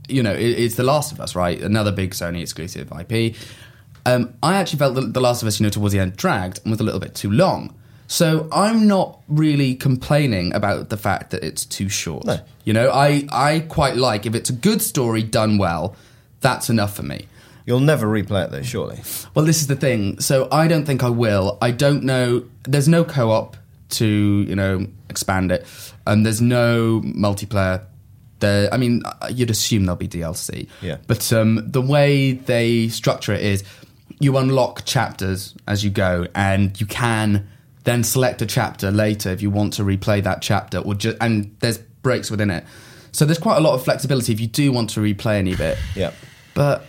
you know it, it's The Last of Us, right? Another big Sony exclusive IP. Um, I actually felt that The Last of Us, you know, towards the end dragged and was a little bit too long. So I'm not really complaining about the fact that it's too short.
No.
You know, I I quite like if it's a good story done well, that's enough for me.
You'll never replay it though, surely.
Well, this is the thing. So I don't think I will. I don't know. There's no co-op to you know expand it, and there's no multiplayer. There, I mean, uh, you'd assume there'll be DLC.
Yeah.
But um, the way they structure it is, you unlock chapters as you go, and you can then select a chapter later if you want to replay that chapter, or just and there's breaks within it. So there's quite a lot of flexibility if you do want to replay any bit
Yeah.
but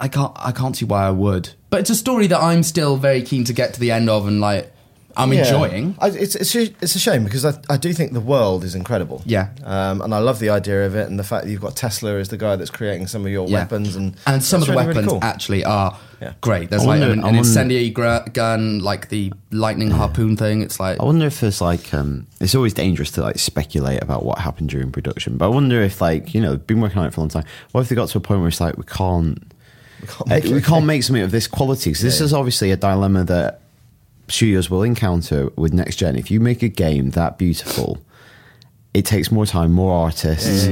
I can't I can't see why I would. But it's a story that I'm still very keen to get to the end of and like I'm
Yeah.
enjoying.
I, it's, it's it's a shame because I, I do think the world is incredible.
Yeah.
um, and I love the idea of it and the fact that you've got Tesla as the guy that's creating some of your
Yeah.
weapons and
and some of
that's
the
really,
weapons
really cool.
actually are
Yeah.
great. There's
I
like
wonder-
an, an
I wonder-
incendiary gra- gun, like the lightning harpoon thing. It's like
I wonder if there's like um, it's always dangerous to like speculate about what happened during production, but I wonder if like you know they've been working on it for a long time. What if they got to a point where it's like we can't
can't
uh,
make
we
it.
can't make something of this quality? 'Cause this is obviously a dilemma that studios will encounter with next gen. If you make a game that beautiful, it takes more time, more artists.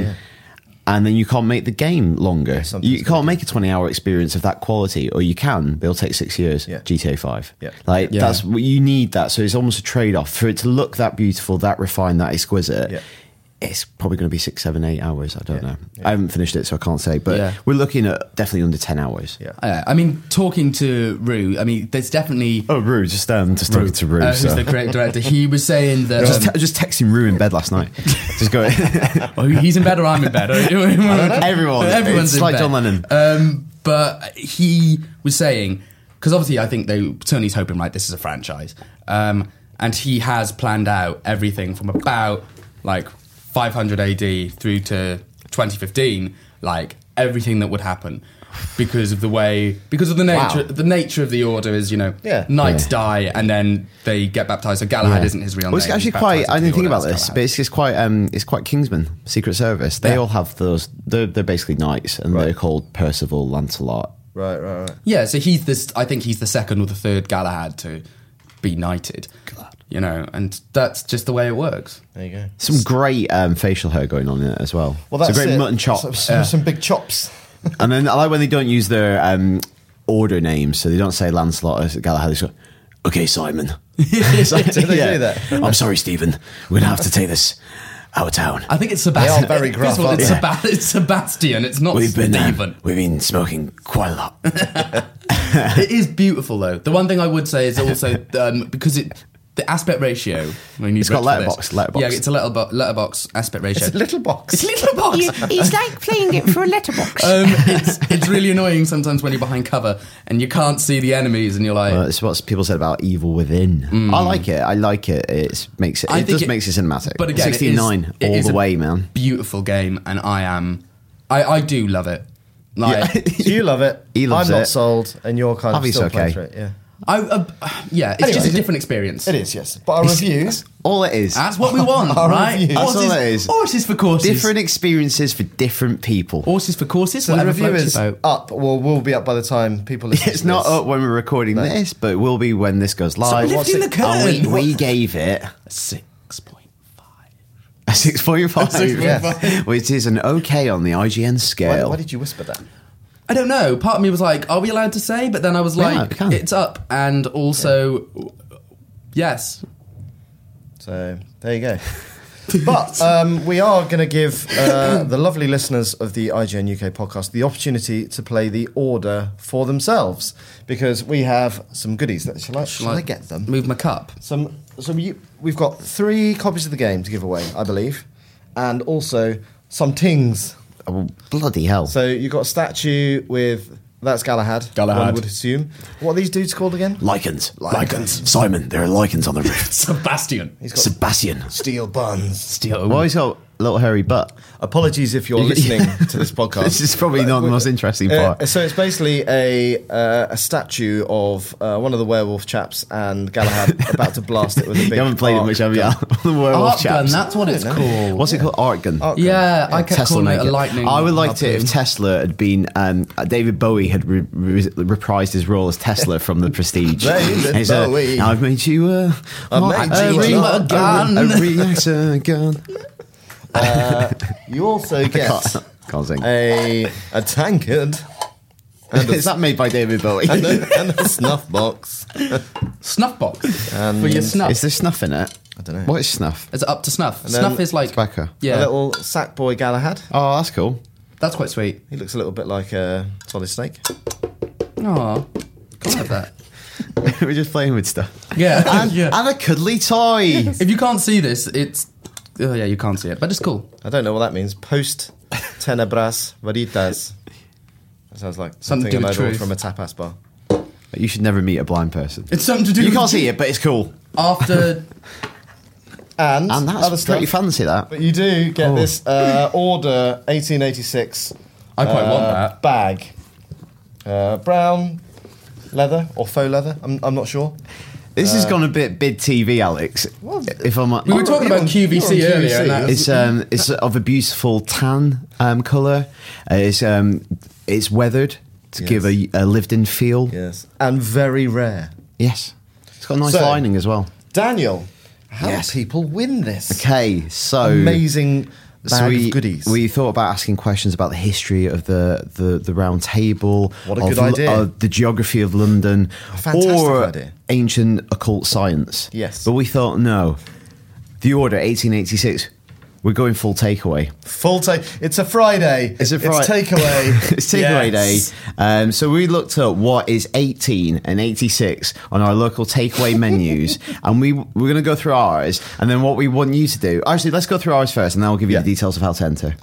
And then you can't make the game longer.
something's
you can't make a twenty-hour experience of that quality, or you can. They'll take six years.
Yeah.
GTA Five.
Yeah.
Like
Yeah.
that's what you need that. So it's almost a trade off for it to look that beautiful, that refined, that exquisite.
Yeah.
It's probably going to be six, seven, eight hours. I don't know. I haven't finished it, so I can't say. But
Yeah.
we're looking at definitely under ten hours.
Yeah.
Yeah, I mean, talking to Rue, I mean, there's definitely
Oh, Rue, just um, just talking to Rue.
uh, who's
so.
the creative director. He was saying that
just,
um,
te- just texting Rue in bed last night. just going.
Oh, he's in bed or I'm in bed.
Everyone.
everyone's
It's
in
like
bed.
John Lennon.
Um, but he was saying because obviously I think they Sony's hoping right. This is a franchise, um, and he has planned out everything from about like 500 AD through to 2015, like everything that would happen because of the way because of the nature the nature of the order is you know
Yeah.
knights
Yeah.
die and then they get baptized so Galahad
Yeah.
isn't his real name
Well, it's actually
He's
quite.
baptized
I
into
didn't
the
think
order
about
as
this,
Galahad.
but it's, it's quite. Um, it's quite Kingsman, Secret Service. They
Yeah.
all have those. They're, they're basically knights, and they're
Right.
called Percival, Lancelot.
Right, right, right.
Yeah, so he's this. I think he's the second or the third Galahad to be knighted. You know, and that's just the way it works.
There you go.
Some great um, facial hair going on in it as well. Some great
it.
mutton chops.
Some, some, some big chops.
and then I like when they don't use their um, order names, so they don't say Lancelot or Galahad. They just go, okay, Simon. It's like-
Do they do that?
I'm sorry, Stephen. We're gonna have to take this out of town.
I think it's Sebastian.
They are very
First of all,
gruff,
it's,
aren't they?
Seba- it's Sebastian. It's not
We've been um,
Stephen.
we've been smoking quite a lot.
it is beautiful though. The one thing I would say is also um, because it. The aspect ratio. We need
It's got
Rich for
letterbox,
this.
letterbox.
Yeah, it's a letterbox, letterbox aspect ratio.
It's a little
It's
box.
little box.
It's like playing it for a letterbox.
um, it's, it's really annoying sometimes when you're behind cover and you can't see the enemies and you're like,
Uh, it's what people said about Evil Within. I like it. I like it. It makes it.
I
It
think
does makes it cinematic.
But again, it is-
sixty nine
it
all
is
the
a
way, man.
Beautiful game, and I am, I, I do love it. Like,
So you love it.
He loves
I'm not
it.
sold, and you're kind of
Obviously
still playing
okay.
through it. Yeah,
I, uh, yeah, it's
Anyway,
just a
is it-
different experience.
it is. Yes, but our reviews.
That's all it is.
That's what we want,
Our
right?
reviews.
That's all
Horses-
it is.
Horses for courses.
Different experiences for different people.
horses for courses.
So the
whatever
review
floats
is
your boat.
up, or will be up by the time people. Listen
It's
to
not
this.
up when we're recording this, but it will be when this goes live.
lifting
What's it-
the curtain.
And we, we gave it
six point five.
a 6.5,
A 6.5.
which is an okay on the IGN
Why,
scale.
why did you whisper that?
I don't know. Part of me was like, "Are we allowed to say?" But then I was
allowed, we
like,
can.
"It's up," and also, yes,
So there you go. But um, we are going to give uh, the lovely listeners of the IGN UK podcast the opportunity to play the order for themselves because we have some goodies. That, shall I, shall I
Like,
get them?
Move my cup.
Some, some. You, we've got three copies of the game to give away, I believe, and also some tings.
Oh, bloody hell.
So you've got a statue with that's Galahad.
Galahad.
One would assume. What are these dudes called again?
Lichens. Lichens. Simon, there are lichens on the roof.
Sebastian.
He's got
Sebastian.
steel buns.
Steel. Why is your little hairy butt?
Apologies if you're
You-
listening to this podcast.
This is probably not the most interesting part.
Uh, so it's basically a uh, a statue of uh, one of the werewolf chaps and Galahad about to blast it with a big.
you haven't played it
arc
much, have you?
gun.
the
Oh,
werewolf
Art gun,
chaps.
that's what it's called.
What's it called? Art gun.
Arc gun.
Yeah, I kept
Tesla
calling it
make
a
it.
lightning.
I would liked it if
harpoon.
Tesla had been um, uh, David Bowie had re- re- reprised his role as Tesla from The Prestige.
David
And he's, uh,
Bowie.
I've made you a,
I've
what?
made you
re-
a
gun."
a reactor gun.
You also get
Can't, can't sing.
a a tankard and a,
Is that made by David Bowie?
and a, and a snuff box.
snuff box for your snuff.
Is there snuff in it? I
dunno.
What is snuff?
Is it up to snuff?
then
Snuff is like
tobacco.
A
Yeah,
little sack boy Galahad.
Oh, that's cool.
that's quite sweet.
He looks a little bit like a solid snake.
Oh, can't have that.
We're just playing with stuff.
Yeah,
And,
yeah.
and a cuddly toy.
if you can't see this, it's oh yeah, you can't see it, but it's cool.
I don't know what that means. Post tenebras varitas. That sounds like something,
Something to do
I'd
with
order
truth.
from a tapas bar.
You should never meet a blind person.
It's something to do.
You
with
can't see it, but it's cool.
after.
And,
And that's Oh.
other stuff.
pretty fancy, that.
But you do get this uh, order 1886
I quite
uh,
want that.
bag, uh, brown leather or faux leather. I'm, I'm not sure.
This has gone a bit bid TV, Alex. If I'm,
Uh, We were talking about QVC
you're on
earlier. And
QVC.
that
It's um, it's of a beautiful tan um, color. Uh, it's um, it's weathered to
Yes.
give a, a lived-in feel.
Yes, and very rare.
Yes, it's got a nice
So-
lining as well.
Daniel, how
Yes.
do people win this
Okay, so
amazing bag
So we,
of goodies?
we thought about asking questions about the history of the the, the round table.
What a
of
good
L-
idea.
Of the geography of London.
fantastic
or
idea.
ancient occult science.
Yes.
But we thought, no, the order 1886, we're going full takeaway.
Full take. It's a Friday.
It's a Fri-
takeaway.
It's takeaway
Yes.
day. Um, so we looked up what is 18 and 86 on our local takeaway menus, and we we're going to go through ours, and then what we want you to do. Actually, let's go through ours first, and then I'll give you
Yeah.
the details of how to enter.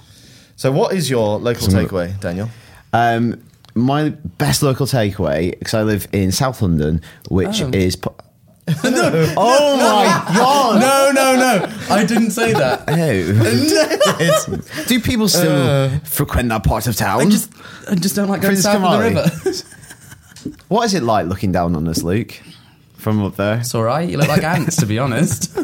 So, what is your local
Some-
takeaway, Daniel?
Um, my best local takeaway because I live in South London, which is. Po- oh my god!
no, no, no. I didn't say that.
No. Do people still frequent that part of town?
Uh. I just, I just don't like going
Princess
south of the
Kamari.
river.
What is it like looking down on us, Luke, from up there?
It's all right. You look like ants, to be honest.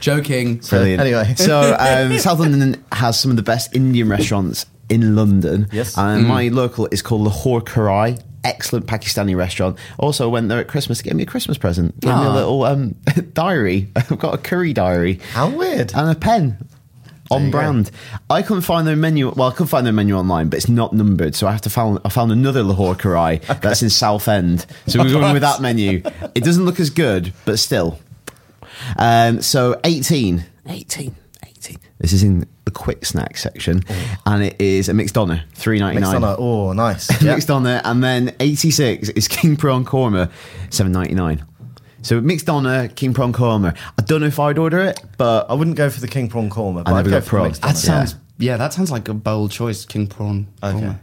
Joking.
Brilliant.
Anyway.
so um, South London has some of the best Indian restaurants in London.
Yes.
Mm.
and my local is called Lahore Karai. Excellent Pakistani restaurant. Also went there at Christmas. to Give me a Christmas present. Give me a
Ah.
little um, diary. I've got a curry diary.
How weird.
and a pen
There
on
you go.
brand. I couldn't find their menu. Well, I could find their menu online, but it's not numbered. So I have to found. I found another Lahore Karai that's in Southend. So we're going with that menu. It doesn't look as good, but still. Um, so 18.
18. 18.
This is in the quick snack section, and it is a mixed doner, three ninety
Mm. Mixed
nine.
on a- oh, nice.
Mixed doner, and then eighty six is king prawn korma, seven ninety nine. So mixed doner, king prawn korma. I don't know if I'd order it, but
I wouldn't go for the king prawn korma, but
never
I'd go
got
for
prawn.
the mixed
That
doner.
sounds. Yeah, that sounds like a bold choice, king prawn.
Okay.
korma.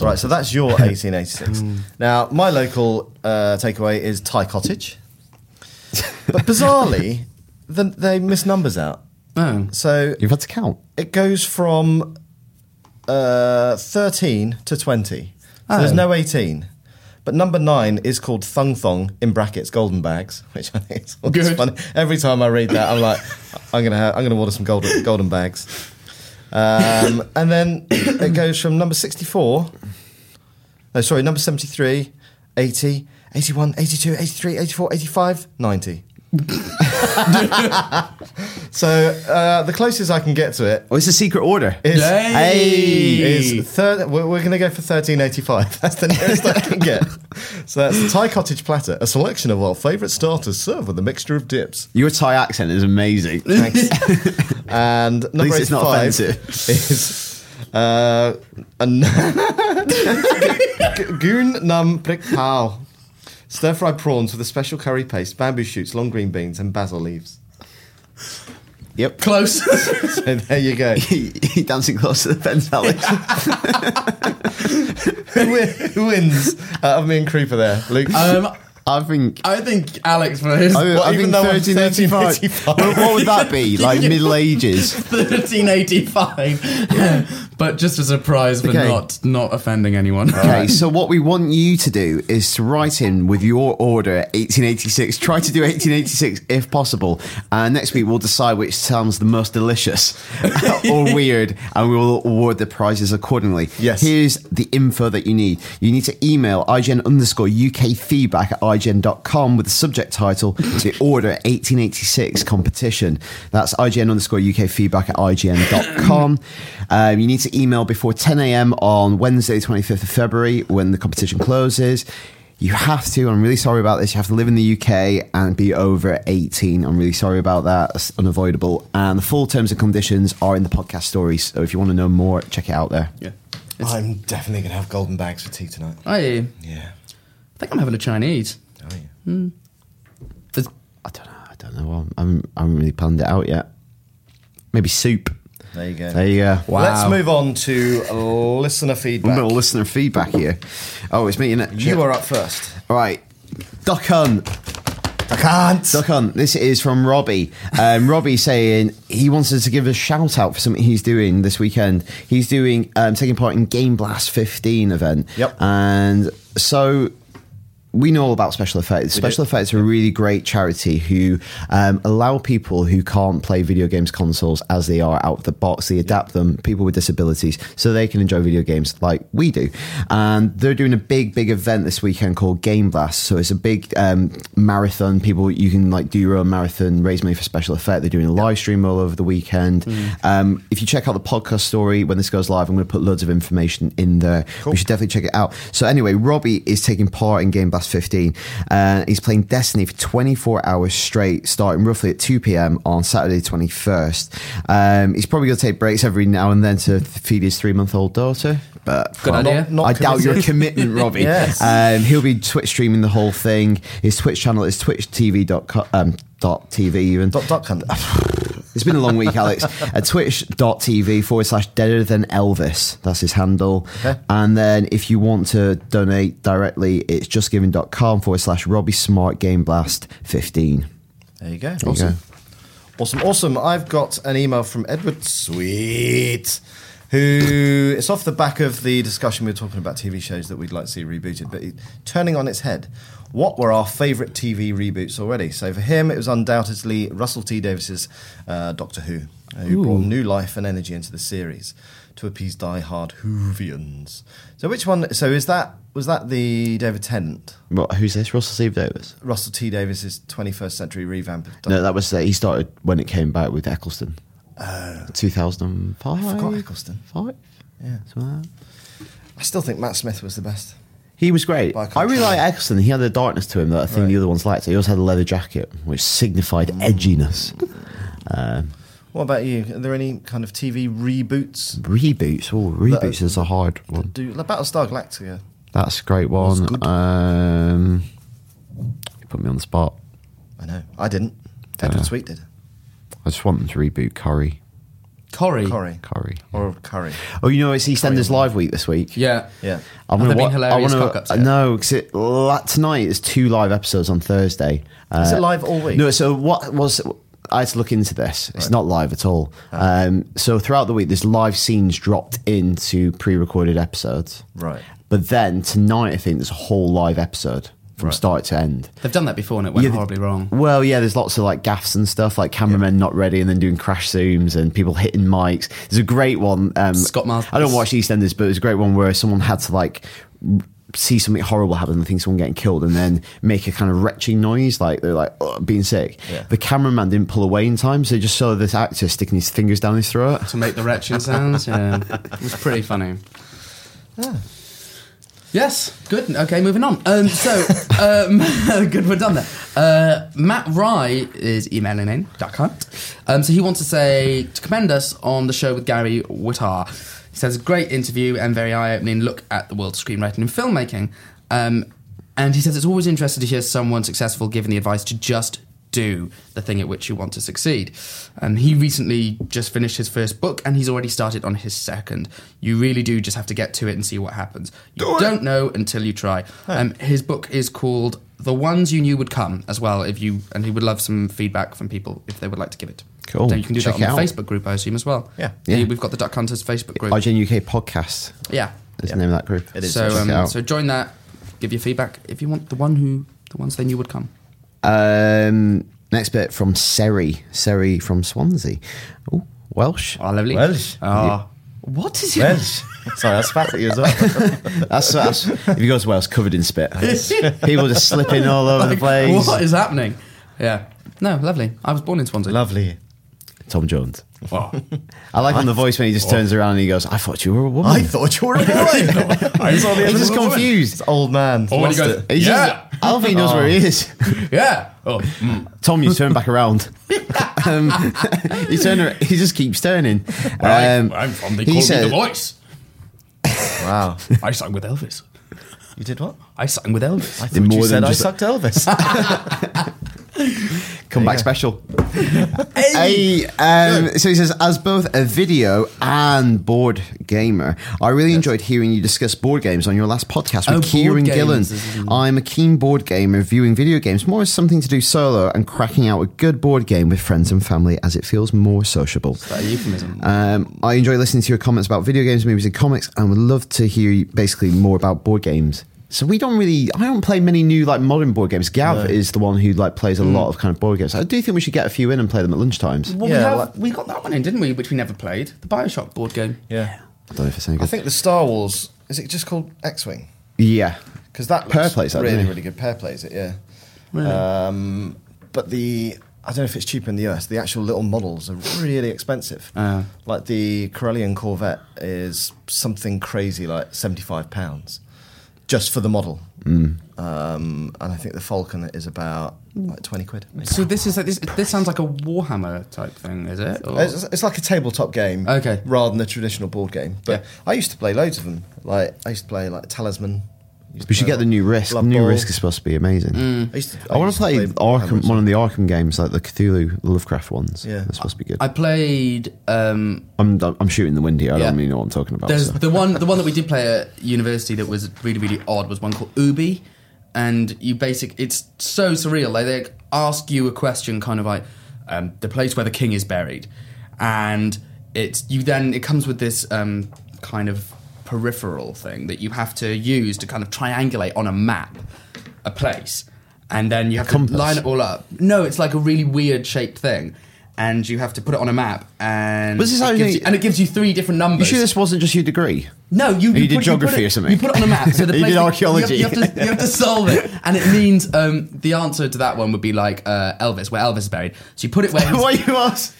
yeah.
Right, so that's your 1886.
Hmm.
now, my local uh, takeaway is Thai Cottage. But bizarrely, the, they miss numbers out.
Oh.
So
You've had to count.
it goes from uh, 13 to 20. So there's no 18. But number nine is called Thung Thong in brackets golden bags, which I think is always
Good.
funny. Every time I read that, I'm like, I'm gonna have, I'm gonna order some golden golden bags. Um, and then it goes from number 64, no, sorry, number 73, 80, 81, 82, 83, 84, 85, 90. So uh, the closest I can get to it
Oh, it's a secret order.
is
Hey!
is thir- we're, we're going to go for thirteen eighty five. That's the nearest I can get. So that's the Thai cottage platter, a selection of our favourite starters served with a mixture of dips.
Your Thai accent is amazing.
And number
least it's not
85
offensive.
is uh, an- Goon Nam Prik Pao. Stir fried prawns with a special curry paste, bamboo shoots, long green beans, and basil leaves.
Yep.
Close.
So there you go.
Dancing close to the fence, Alex.
who, win- who wins out of me and Creeper there, Luke?
um,
I think.
I think Alex for his
I, I
even
think
though I'm
1385.
1385.
what, what would that be? Like Middle Ages?
1385, but just a surprise for
Okay.
not not offending anyone.
Okay, so what we want you to do is to write in with your order 1886. Try to do 1886 if possible. And next week we'll decide which sounds the most delicious or weird, and we will award the prizes accordingly.
Yes.
Here's the info that you need. You need to email IGN underscore UK feedback at IGN.com with the subject title the order 1886 competition. That's IGN underscore UK feedback at IGN.com. um, you need to email before 10 a.m. on Wednesday, 25th of February, when the competition closes. You have to, I'm really sorry about this. You have to live in the UK and be over 18. I'm really sorry about that. It's unavoidable. And the full terms and conditions are in the podcast stories. So if you want to know more, check it out there.
Yeah.
I'm definitely going to have golden bags for tea tonight.
I, I
Yeah.
think I'm having a Chinese.
Oh, yeah.
There's-
I don't know. I don't know. I haven't, I haven't really planned it out yet. Maybe soup.
There you go.
There you go. Wow.
Let's move on to listener
We've
feedback.
got listener feedback here. Oh, it's me, innit?
You are up first.
All right. Duck Hunt.
I can't.
Duck Hunt. This is from Robbie. Um, Robbie saying he wants us to give a shout out for something he's doing this weekend. He's doing um, taking part in Game Blast 15 event.
Yep.
And so we know all about special effects. Special effects are a really great charity who um, allow people who can't play video games consoles as they are out of the box. They adapt them, people with disabilities, so they can enjoy video games like we do. And they're doing a big, big event this weekend called Game Blast. So it's a big um, marathon. People, you can like do your own marathon, raise money for special effect. They're doing a live stream all over the weekend.
Mm.
Um, if you check out the podcast story when this goes live, I'm going to put loads of information in there. We should definitely check it out. So anyway, Robbie is taking part in Game Blast 15. Uh, he's playing Destiny for 24 hours straight, starting roughly at 2 p.m. on Saturday 21st. Um, he's probably going to take breaks every now and then to feed his three-month-old daughter. But
Good
well,
idea.
Not
I doubt your
committed.
commitment, Robbie.
Yes.
Um, he'll be Twitch streaming the whole thing. His Twitch channel is twitchtv.com. Um, dot TV even.
Duck, duck, hunt.
It's been a long week, Alex. At twitch.tv forward slash deader than Elvis. That's his handle.
Okay.
And then if you want to donate directly, it's justgiving.com forward slash Robbie Smart Game Blast 15.
There you go.
you
awesome.
go.
Awesome. Awesome. I've got an email from Edward Sweet, who it's off the back of the discussion we were talking about TV shows that we'd like to see rebooted, but it- turning on its head. What were our favourite TV reboots already? So for him, it was undoubtedly Russell T Davis's uh, Doctor Who, who brought new life and energy into the series to appease die-hard Whovians. So which one? So is that was that the David Tennant?
What, who's this? Russell Steve Davis?
Russell T Davis's 21st century revamp of Doctor
No, that was, uh, he started when it came back with Eccleston. 2005?
I forgot Eccleston.
Five?
Yeah.
Something like that.
I still think Matt Smith was the best.
He was great.
By
I really like Eccleston. He had a darkness to him that I think
Right.
the other ones liked. He also had a leather jacket, which signified edginess. Um,
What about you? Are there any kind of TV reboots?
reboots. Oh, reboots is a hard one.
Do like Battlestar Galactica?
That's a great one.
good.
Um, you put me on the spot.
I know. I didn't.
Dunno.
Edward Sweet did.
I just want them to reboot Curry.
Corey.
Curry.
Curry.
Or Curry.
Oh, you know it's EastEnders Live Week this week.
Yeah.
Yeah.
Have
I'm gonna
there
wa-
been hilarious cock-ups
I
yet?
want to. No, because la- tonight is two live episodes on Thursday. Uh,
Is it live all week?
No. So what was? I had to look into this. It's not live at all. Um, so throughout the week, there's live scenes dropped into pre-recorded episodes.
Right.
But then tonight, I think there's a whole live episode from
Right.
start to end.
They've done that before and it went
Yeah, the-
horribly wrong.
Well, yeah, there's lots of like gaffs and stuff, like cameramen not ready and then doing crash zooms and people hitting mics. There's a great one. Um,
Scott Miles-
I don't watch EastEnders, but it was a great one where someone had to like. r- see something horrible happen, they think someone getting killed, and then make a kind of retching noise, like they're like "Ugh," being sick.
Yeah.
The cameraman didn't pull away in time, so he just saw this actor sticking his fingers down his throat.
to make the retching sounds. Yeah, it was pretty funny.
Ah.
Yes, good. Okay, moving on. Um, so, um, good, we're done there. Uh, Matt Rye is emailing in. Duck Hunt. Um, so he wants to say to commend us on the show with Gary Whittar. He says great interview and very eye-opening look at the world of screenwriting and filmmaking. Um, and he says it's always interesting to hear someone successful giving the advice to just do the thing at which you want to succeed. And he recently just finished his first book and he's already started on his second. You really do just have to get to it and see what happens. You do not know until you try. Um, his book is called The Ones You Knew Would Come as well if you and he would love some feedback from people if they would like to give it.
Cool.
So you can do
Check
that
it
on
out.
the Facebook group I assume as well.
Yeah.
Yeah.
We've got the Duck Hunters Facebook group.
IGN UK podcast
yeah.
is the name of that group.
It is.
So
Check it
um,
out.
so join that give your feedback if you want the one who the ones they knew would come.
Um, next bit from Seri. Seri from Swansea. Ooh, Welsh.
Oh, lovely.
Welsh.
Oh. What is it?
Well, sorry, I spat at you as well.
That's, that's if you go to Wales covered in spit. People just slipping all over the
Like,
place.
What is happening? Yeah. No, lovely. I was born in Swansea.
Lovely.
Tom Jones.
Oh.
I like on the voice when he just turns around and he goes, "I thought you were a woman."
I thought you were a boy.
I saw the
He's
This
just confused.
old man.
Oh, when
lost
he goes,
it.
He's
yeah,
just, I don't think he knows where
Oh.
he is.
yeah. Oh, mm.
Tom, you turn back around. um, you turn. ar- He just keeps turning. Um,
I, I'm from. They
he
call me
said-
the voice.
Wow.
I sang with Elvis.
You did what?
I sang with Elvis.
I
Did
thought
more
you
than
said I
just-
sucked Elvis.
Come back special. Hey, um, so he says, as both a video and board gamer, I really enjoyed hearing you discuss board games on your last podcast
Oh,
with
board
Kieran
games,
Gillen.
isn't it?
I'm a keen board gamer, viewing video games more as something to do solo and cracking out a good board game with friends and family as it feels more sociable.
That euphemism.
Um, I enjoy listening to your comments about video games, movies, and comics, and would love to hear you basically more about board games. So we don't really, I don't play many new like modern board games. Gav is the one who like plays a lot of kind of board games. I do think we should get a few in and play them at lunchtimes.
well, we,
yeah,
have,
like-
we got that one in, didn't we? Which we never played. The Bioshock board game.
yeah.
I don't know if it's any good.
I think the Star Wars is it just called X Wing?
yeah,
Because that
Pear
looks
plays that,
really
doesn't it?
really good. Pair plays it, yeah. Um, but the I don't know if it's cheaper in the US. The actual little models are really expensive.
Ah.
Like the Corellian Corvette is something crazy, like seventy five pounds, just for the model.
Mm.
Um, and I think the Falcon is about like twenty quid. maybe.
So this is like, this. This sounds like a Warhammer type thing, is it? Or-
It's, it's like a tabletop game,
Okay.
rather than a traditional board game. But
Yeah.
I used to play loads of them. Like I used to play like Talisman. Used to
we should
play,
get the new risk. The
Blood
new
Bowl. Mm.
risk is supposed to be amazing.
I, used to-
I, want
used
to play, Arkham,
Hammer.
one of the Arkham games, like the Cthulhu Lovecraft ones.
Yeah.
that's supposed to be good.
I
I,
played. Um,
am I'm shooting the wind here. I
Yeah.
don't really know what I'm talking about.
There's
so.
the one the one that we did play at university that was really really odd was one called Ubi, and you basic it's so surreal. Like they ask you a question, kind of like um, the place where the king is buried, and it's you then it comes with this um, kind of peripheral thing that you have to use to kind of triangulate on a map a place, and then you have to
compass?
line it all up. No, it's like a really weird shaped thing. And you have to put it on a map, and
Was this how
it gives
you-
you, and it gives you three different numbers.
you sure this wasn't just your degree?
No, you,
you did
put-
geography
put it-
or something.
You put it on a map. So the
You
place
did
that-
archaeology.
You have, you have to, you have to solve it, and it means um, the answer to that one would be like uh, Elvis, where Elvis is buried. So you put it where. he's-
Why you ask?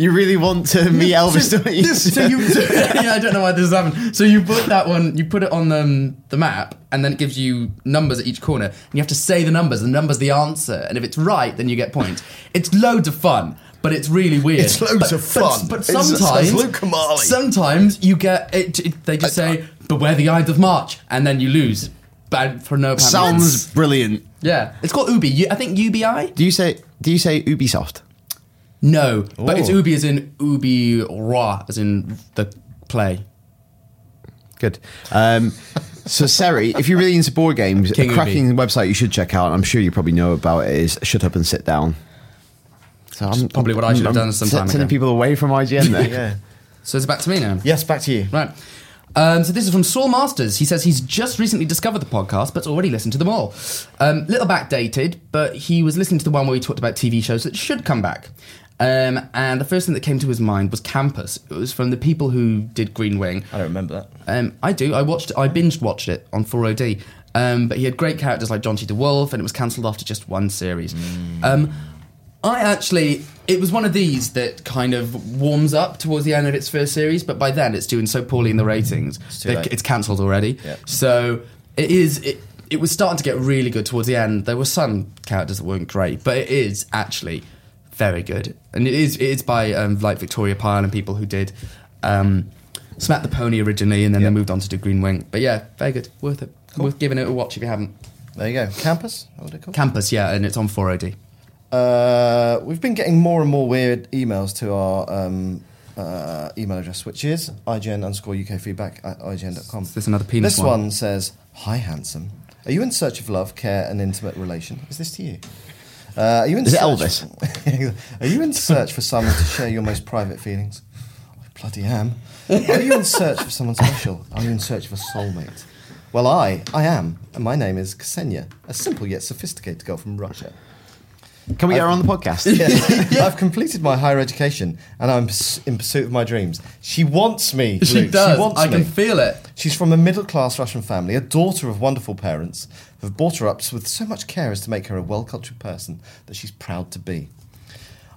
You really want to meet Elvis, don't you?
so you, yeah, I don't know why this happened. So you put that one, you put it on um, the map, and then it gives you numbers at each corner, and you have to say the numbers. The numbers the answer, and if it's right, then you get points. It's loads of fun, but it's really weird.
It's loads
But-
of
but-
fun.
But,
It's- it's
sometimes,
Luke Kamali.
sometimes you get it. it- they just say, "Beware the Ides of March," and then you lose. But for no apparent reason.
Sounds brilliant.
yeah. It's called Ubi. You- I think UBI.
Do you say? Do you say Ubisoft?
No, but it's
Ooh.
Ubi as in Ubi Ra, as in the play.
Good. Um, so Seri, if you're really into board games,
King
a
Ubi.
cracking website you should check out. and I'm sure you probably know about it. Is Shut Up and Sit Down. So I'm,
probably what I should have done some
se-
time
Sending
ago.
people away from IGN there.
Yeah.
So it's back to me now.
Yes, back to you.
Right. Um, so this is from Saul Masters. He says he's just recently discovered the podcast, but's already listened to them all. Um, little backdated, but he was listening to the one where we talked about TV shows that should come back. Um, and the first thing that came to his mind was Campus. It was from the people who did Green Wing.
I don't remember that.
Um, I do. I watched. I binged watched it on 4OD. Um, but he had great characters like John T. DeWolf, and it was cancelled after just one series.
Mm.
Um, I actually, it was one of these that kind of warms up towards the end of its first series, but by then it's doing so poorly in the ratings,
too
that
late.
it's cancelled already.
Yeah.
So it is. It, it was starting to get really good towards the end. There were some characters that weren't great, but it is actually very good, and it is. It is by um, like Victoria Pyle and people who did um, Smack the Pony originally, and then they moved on to do Green Wing. But yeah, very good, worth it, worth giving it a watch if you haven't.
There you go. Campus? That was it called?
Campus, yeah, and it's on 4OD.
Uh, we've been getting more and more weird emails to our um, uh, email address, which is ign underscore uk feedback at ign.com.
Is this another penis
This
one?
one, says, Hi, handsome. Are you in search of love, care, and intimate relation? Is this to you? Uh, are you in
Is it
search- are you in search for someone to share your most private feelings? I bloody am. Are you in search for someone special? Are you in search of a soulmate? Well, I, I am, and my name is Ksenia, a simple yet sophisticated girl from Russia.
Can we get her on the podcast?
Yes. I've completed my higher education and I'm pus- in pursuit of my dreams. She wants me.
She
Luke.
does.
She wants
I
me.
can feel it.
She's from a middle class Russian family, a daughter of wonderful parents who've brought her up with so much care as to make her a well cultured person that she's proud to be.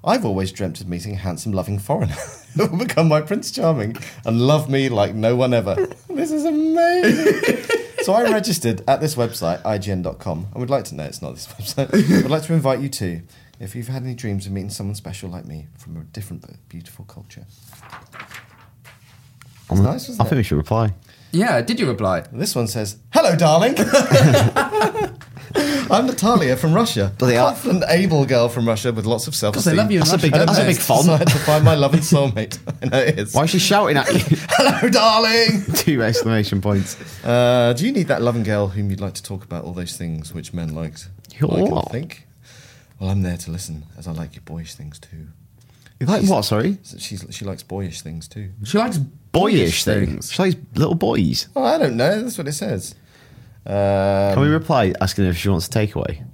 I've always dreamt of meeting a handsome, loving foreigner who will become my Prince Charming and love me like no one ever. This is amazing. so I registered at this website, ign.com, and would like to know it's not this website. I would like to invite you too. If you've had any dreams of meeting someone special like me from a different but beautiful culture,
I'm-
nice, wasn't
I think
it?
we should reply.
Yeah, did you reply?
This one says, "Hello, darling. I'm Natalia from Russia, a
Bloody hell.
confident, able girl from Russia with lots of self-esteem.
love you in That's a Russia, big- don't
that's a they? big font.
Decided to find my love and soulmate. I know it is.
Why is she shouting at you?
Hello, darling.
Two exclamation points.
Uh, do you need that loving girl whom you'd like to talk about all those things which men liked?
You
I can
lot.
think. Well, I'm there to listen, as I like your boyish things too.
You like
She's-
what, sorry?
She's, she likes boyish things too.
She likes
Boyish things. She likes little boys.
Oh, I don't know. That's what it says. Uh,
Can we reply asking her if she wants a takeaway?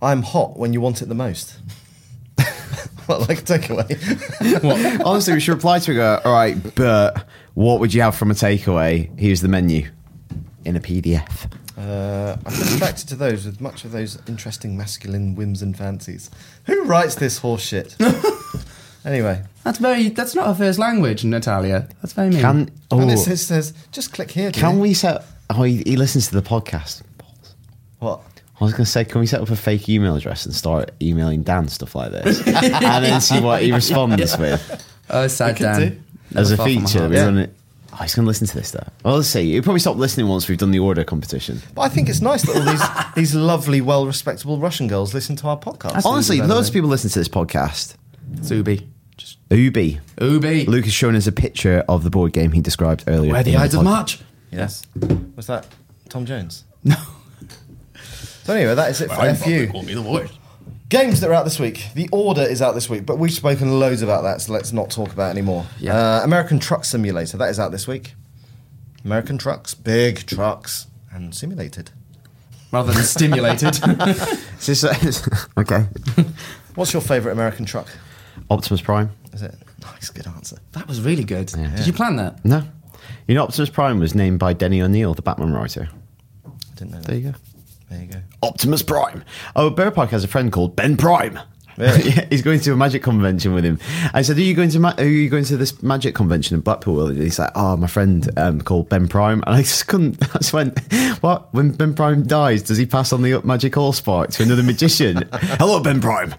I'm hot when you want it the most. what, like a takeaway?
Honestly, we should reply to her. Go, All right, but what would you have from a takeaway? Here's the menu in a PDF.
uh, I'm attracted to those with much of those interesting masculine whims and fancies. Who writes this horse shit? anyway,
That's very. That's not her first language, Natalia. That's very mean.
Can
and it
oh,
says, says just click here.
can
dear.
we set? Oh, he, he listens to the podcast.
What?
I was going to say, can we set up a fake email address and start emailing Dan stuff like this, and then see what he responds with
oh, sad
could do.
Dan.
as a
Far from my
feature?
heart.
We
Yeah.
run it. Oh, he's going to listen to this though. Well, let's see. He'll probably stop listening once we've done the order competition.
But I think it's nice that all these these lovely, well respectable Russian girls listen to our podcast.
Honestly,
about
loads
it.
of people listen to this podcast.
It's Ubi. Just
Ubi.
Ubi.
Luke has shown us a picture of the board game he described earlier.
Where the
in
Ides of
pod-
March.
Yes. Was that Tom Jones?
No.
So anyway, that is it for FU.
Call me the voice.
Games that are out this week. The Order is out this week, but we've spoken loads about that, so let's not talk about it anymore.
Yeah.
Uh, American Truck Simulator, that is out this week. American Trucks, big trucks, and simulated.
Rather than stimulated.
Is this a- okay.
What's your favourite American truck?
Optimus Prime.
Is it? Nice, good answer.
that was really good. Did you plan that?
No. You know, Optimus Prime was named by Denny O'Neill, the Batman writer.
I didn't know that.
There you go.
There you go.
Optimus Prime. Oh, Bear Park has a friend called Ben Prime.
Really?
Yeah, He's going to a magic convention with him. I said, "Are you going to ma- Are you going to this magic convention in Blackpool?" And he's like, "Oh, my friend um, called Ben Prime." And I just couldn't. I just went, "What? When Ben Prime dies, does he pass on the magic horse spark to another magician?" Hello, Ben Prime.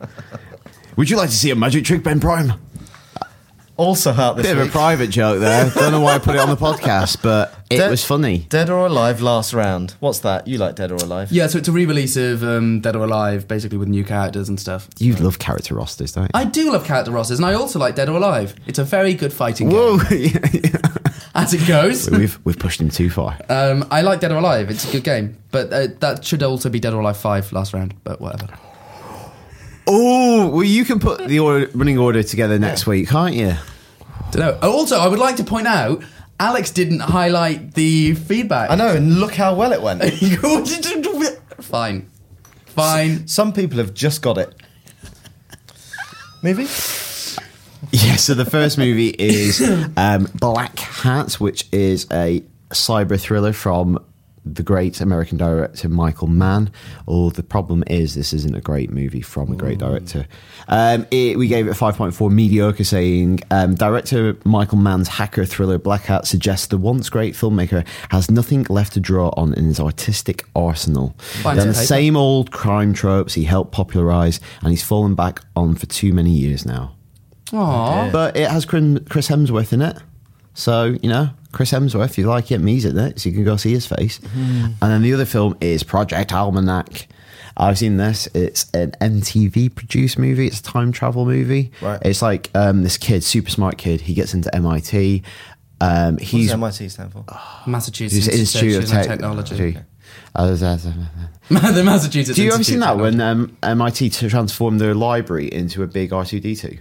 Would you like to see a magic trick, Ben Prime?
Also out this
Bit of a
week.
private joke there. Don't know why I put it on the podcast, but it
Dead-
was funny.
Dead or Alive last round. What's that? You like Dead or Alive?
Yeah, so it's a re-release of um, Dead or Alive, basically with new characters and stuff.
You love character rosters, don't you?
I do love character rosters, and I also like Dead or Alive. It's a very good fighting
Whoa!
game. As it goes.
we've we've pushed him too far.
Um, I like Dead or Alive. It's a good game, but uh, that should also be Dead or Alive Five last round. But whatever.
Oh, well, you can put the order, running order together next week, can't you?
Don't know. Also, I would like to point out Alex didn't highlight the feedback.
I know, and look how well it went.
Fine. Fine.
Some people have just got it. Movie?
Yeah, so the first movie is um, Black Hat, which is a cyber thriller from the great American director Michael Mann. Oh, the problem is this isn't a great movie from a great director. Um, it, we gave it 5.4 mediocre, saying um, director Michael Mann's hacker thriller Black Hat suggests the once great filmmaker has nothing left to draw on in his artistic arsenal.
Fine
Then the
paper.
same old crime tropes he helped popularize, and he's fallen back on for too many years now.
Aww.
But it has Crin- Chris Hemsworth in it. So, you know, Chris Hemsworth, if you like him, he's in it, so you can go see his face. And then the other film is Project Almanac. I've seen this. It's an MTV produced movie. It's a time travel movie.
Right.
It's like um, this kid, super smart kid. He gets into MIT. Um,
What
he's Ah,
does MIT stand for?
Massachusetts
he's
Institute,
Institute of
of
Tech- Uh,
Technology.
I was- I was-
the Massachusetts.
Do you ever
Institute
seen
of
that
Technology.
when um, MIT transformed their library into a big R2D2?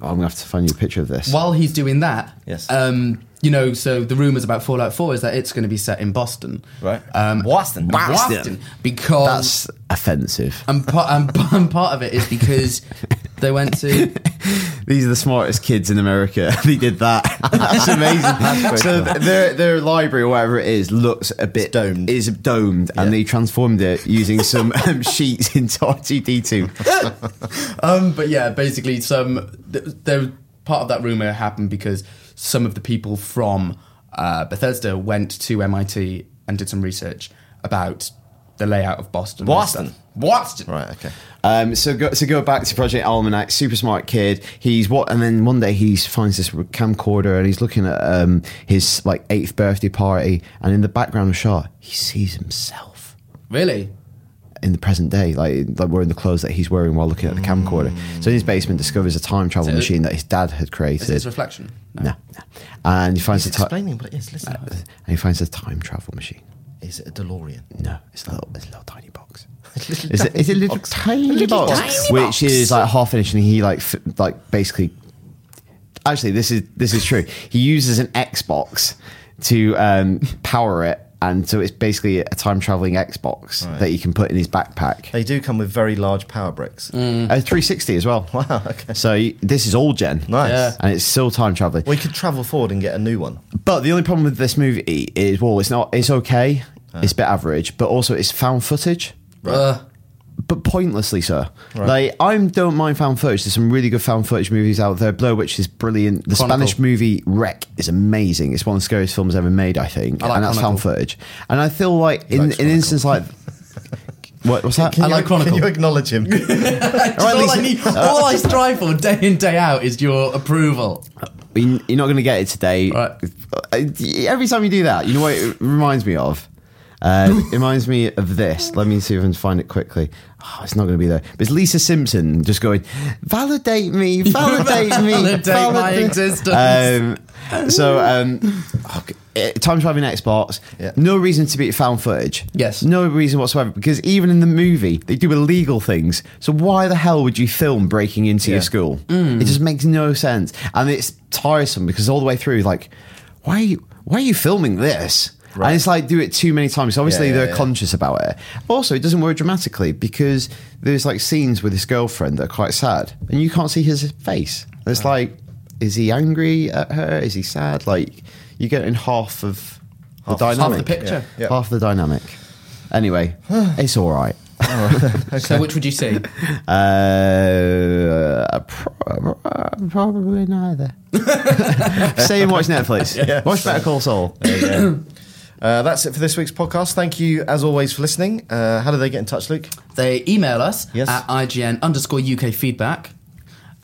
Oh, I'm going to have to find you a picture of this.
While he's doing that,
Yes.
Um, you know, so the rumors about Fallout Four is that it's going to be set in Boston,
Right.
Um,
Boston.
Boston,
Boston.
because
That's offensive.
and part and, and part of it is because they went to
These are the smartest kids in America. they did that. That's amazing. so th- their their library or whatever it is looks a bit
domed.
Is domed, and they transformed it using some um, sheets into RTD two.
Um, but yeah, basically, some th- there part of that rumor happened because some of the people from uh, Bethesda went to MIT and did some research about the layout of Boston. and
Boston.
stuff. Boston.
Right, okay.
Um, so go, so go back to Project Almanac. Super smart kid. He's what, and then one day he finds this camcorder and he's looking at um, his like eighth birthday party, and in the background shot he sees himself.
Really?
in the present day, like like wearing the clothes that he's wearing while looking at the camcorder. So in his basement, discovers a time travel
So-
machine that his dad had created.
Is this reflection?
No, no. and he finds the
He's
time.
explaining what it is. Listen,
Uh,
And he finds the time travel machine.
is it a DeLorean?
No, it's a little, it's a little tiny box.
little
It's a, it's a little tiny box,
box.
which
box.
is like half finished, and he like f- like basically. Actually, this is this is true. He uses an Xbox to um, power it, and so it's basically a time traveling Xbox
Right.
that you can put in his backpack.
They do come with very large power bricks.
Mm,
A 360 as well. Wow.
okay.
Mm. So y- this is old gen.
Nice. Yeah.
And it's still time traveling.
We could travel forward and get a new one.
But the only problem with this movie is, well, it's not. It's okay.
Uh.
It's a bit average, but also it's found footage,
Uh,
but pointlessly so. Like I don't mind found footage. There's some really good found footage movies out there. Blow, which is brilliant. The
Chronicle.
Spanish movie Wreck is amazing. It's one of the scariest films ever made, I think.
I like
and that's found
Chronicle.
footage. And I feel like in
likes
an
Chronicle.
instance like what, what's that?
I
Can
like
you-
Chronicle.
Can you acknowledge him?
just all, I need, all I strive for day in day out is your approval.
You- You're not going to get it today.
Right.
Uh, Every time you do that, you know what it reminds me of? Uh, it reminds me of this. Let me see if I can find it quickly. Oh, it's not going to be there. But it's Lisa Simpson just going, validate me, validate me,
Validate my existence.
Um, so, um, oh, eh, time traveling Xbox.
Yeah.
No reason to be found footage.
Yes.
No reason whatsoever. Because even in the movie, they do illegal things. So why the hell would you film breaking into your
Yeah. Mm.
school? It just makes no sense, and it's tiresome because all the way through, like, why are you, why are you filming this? And it's like do it too many times. So obviously
yeah,
they're
yeah.
conscious about it. Also, it doesn't work dramatically because there's like scenes with his girlfriend that are quite sad, and you can't see his face. And it's like, is he angry at her? Is he sad? Like you get in half of
Half- half
the
the
dynamic
picture.
Yeah.
half the dynamic. Anyway, it's all right.
So which would you see?
Uh, pro- probably neither. Stay and watch Netflix. watch Better Call Saul.
Uh, that's it for this week's podcast. Thank you, as always, for listening. Uh, how do they get in touch, Luke?
They email us
Yes.
at IGN underscore UK feedback,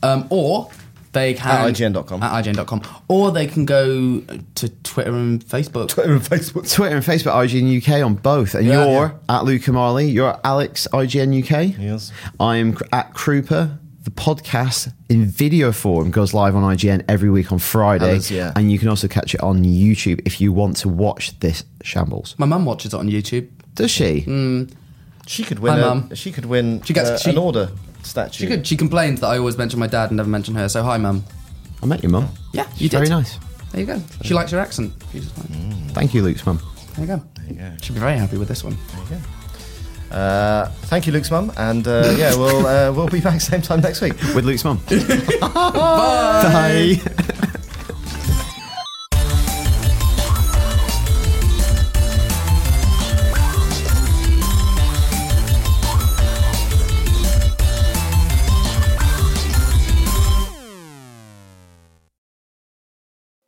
um, or they can
At IGN.com.
at IGN.com, or they can go to Twitter and Facebook.
Twitter and Facebook.
Twitter and Facebook, IGN UK on both. And
Yeah.
you're at Luke Marley. You're at Alex, IGN UK.
Yes.
I am cr- at Krupa. The podcast in video form goes live on IGN every week on Friday.
Others, yeah.
And you can also catch it on YouTube if you want to watch this shambles.
My mum watches it on YouTube.
Does she?
She could win.
Hi,
a-
Mum.
She could win.
She gets-
uh,
she-
an order statue.
She good. She complains that I always mention my dad and never mention her. So hi, mum.
I met your mum.
Yeah,
She's
you did.
Very nice.
There you go. She likes your accent. She's just like,
Thank you, Luke's mum.
There you go.
There you go.
She'll be very happy with this one.
There you go. Uh, thank you, Luke's mum, and uh, yeah, we'll uh, we'll be back same time next week.
with Luke's mum. Bye.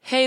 Hey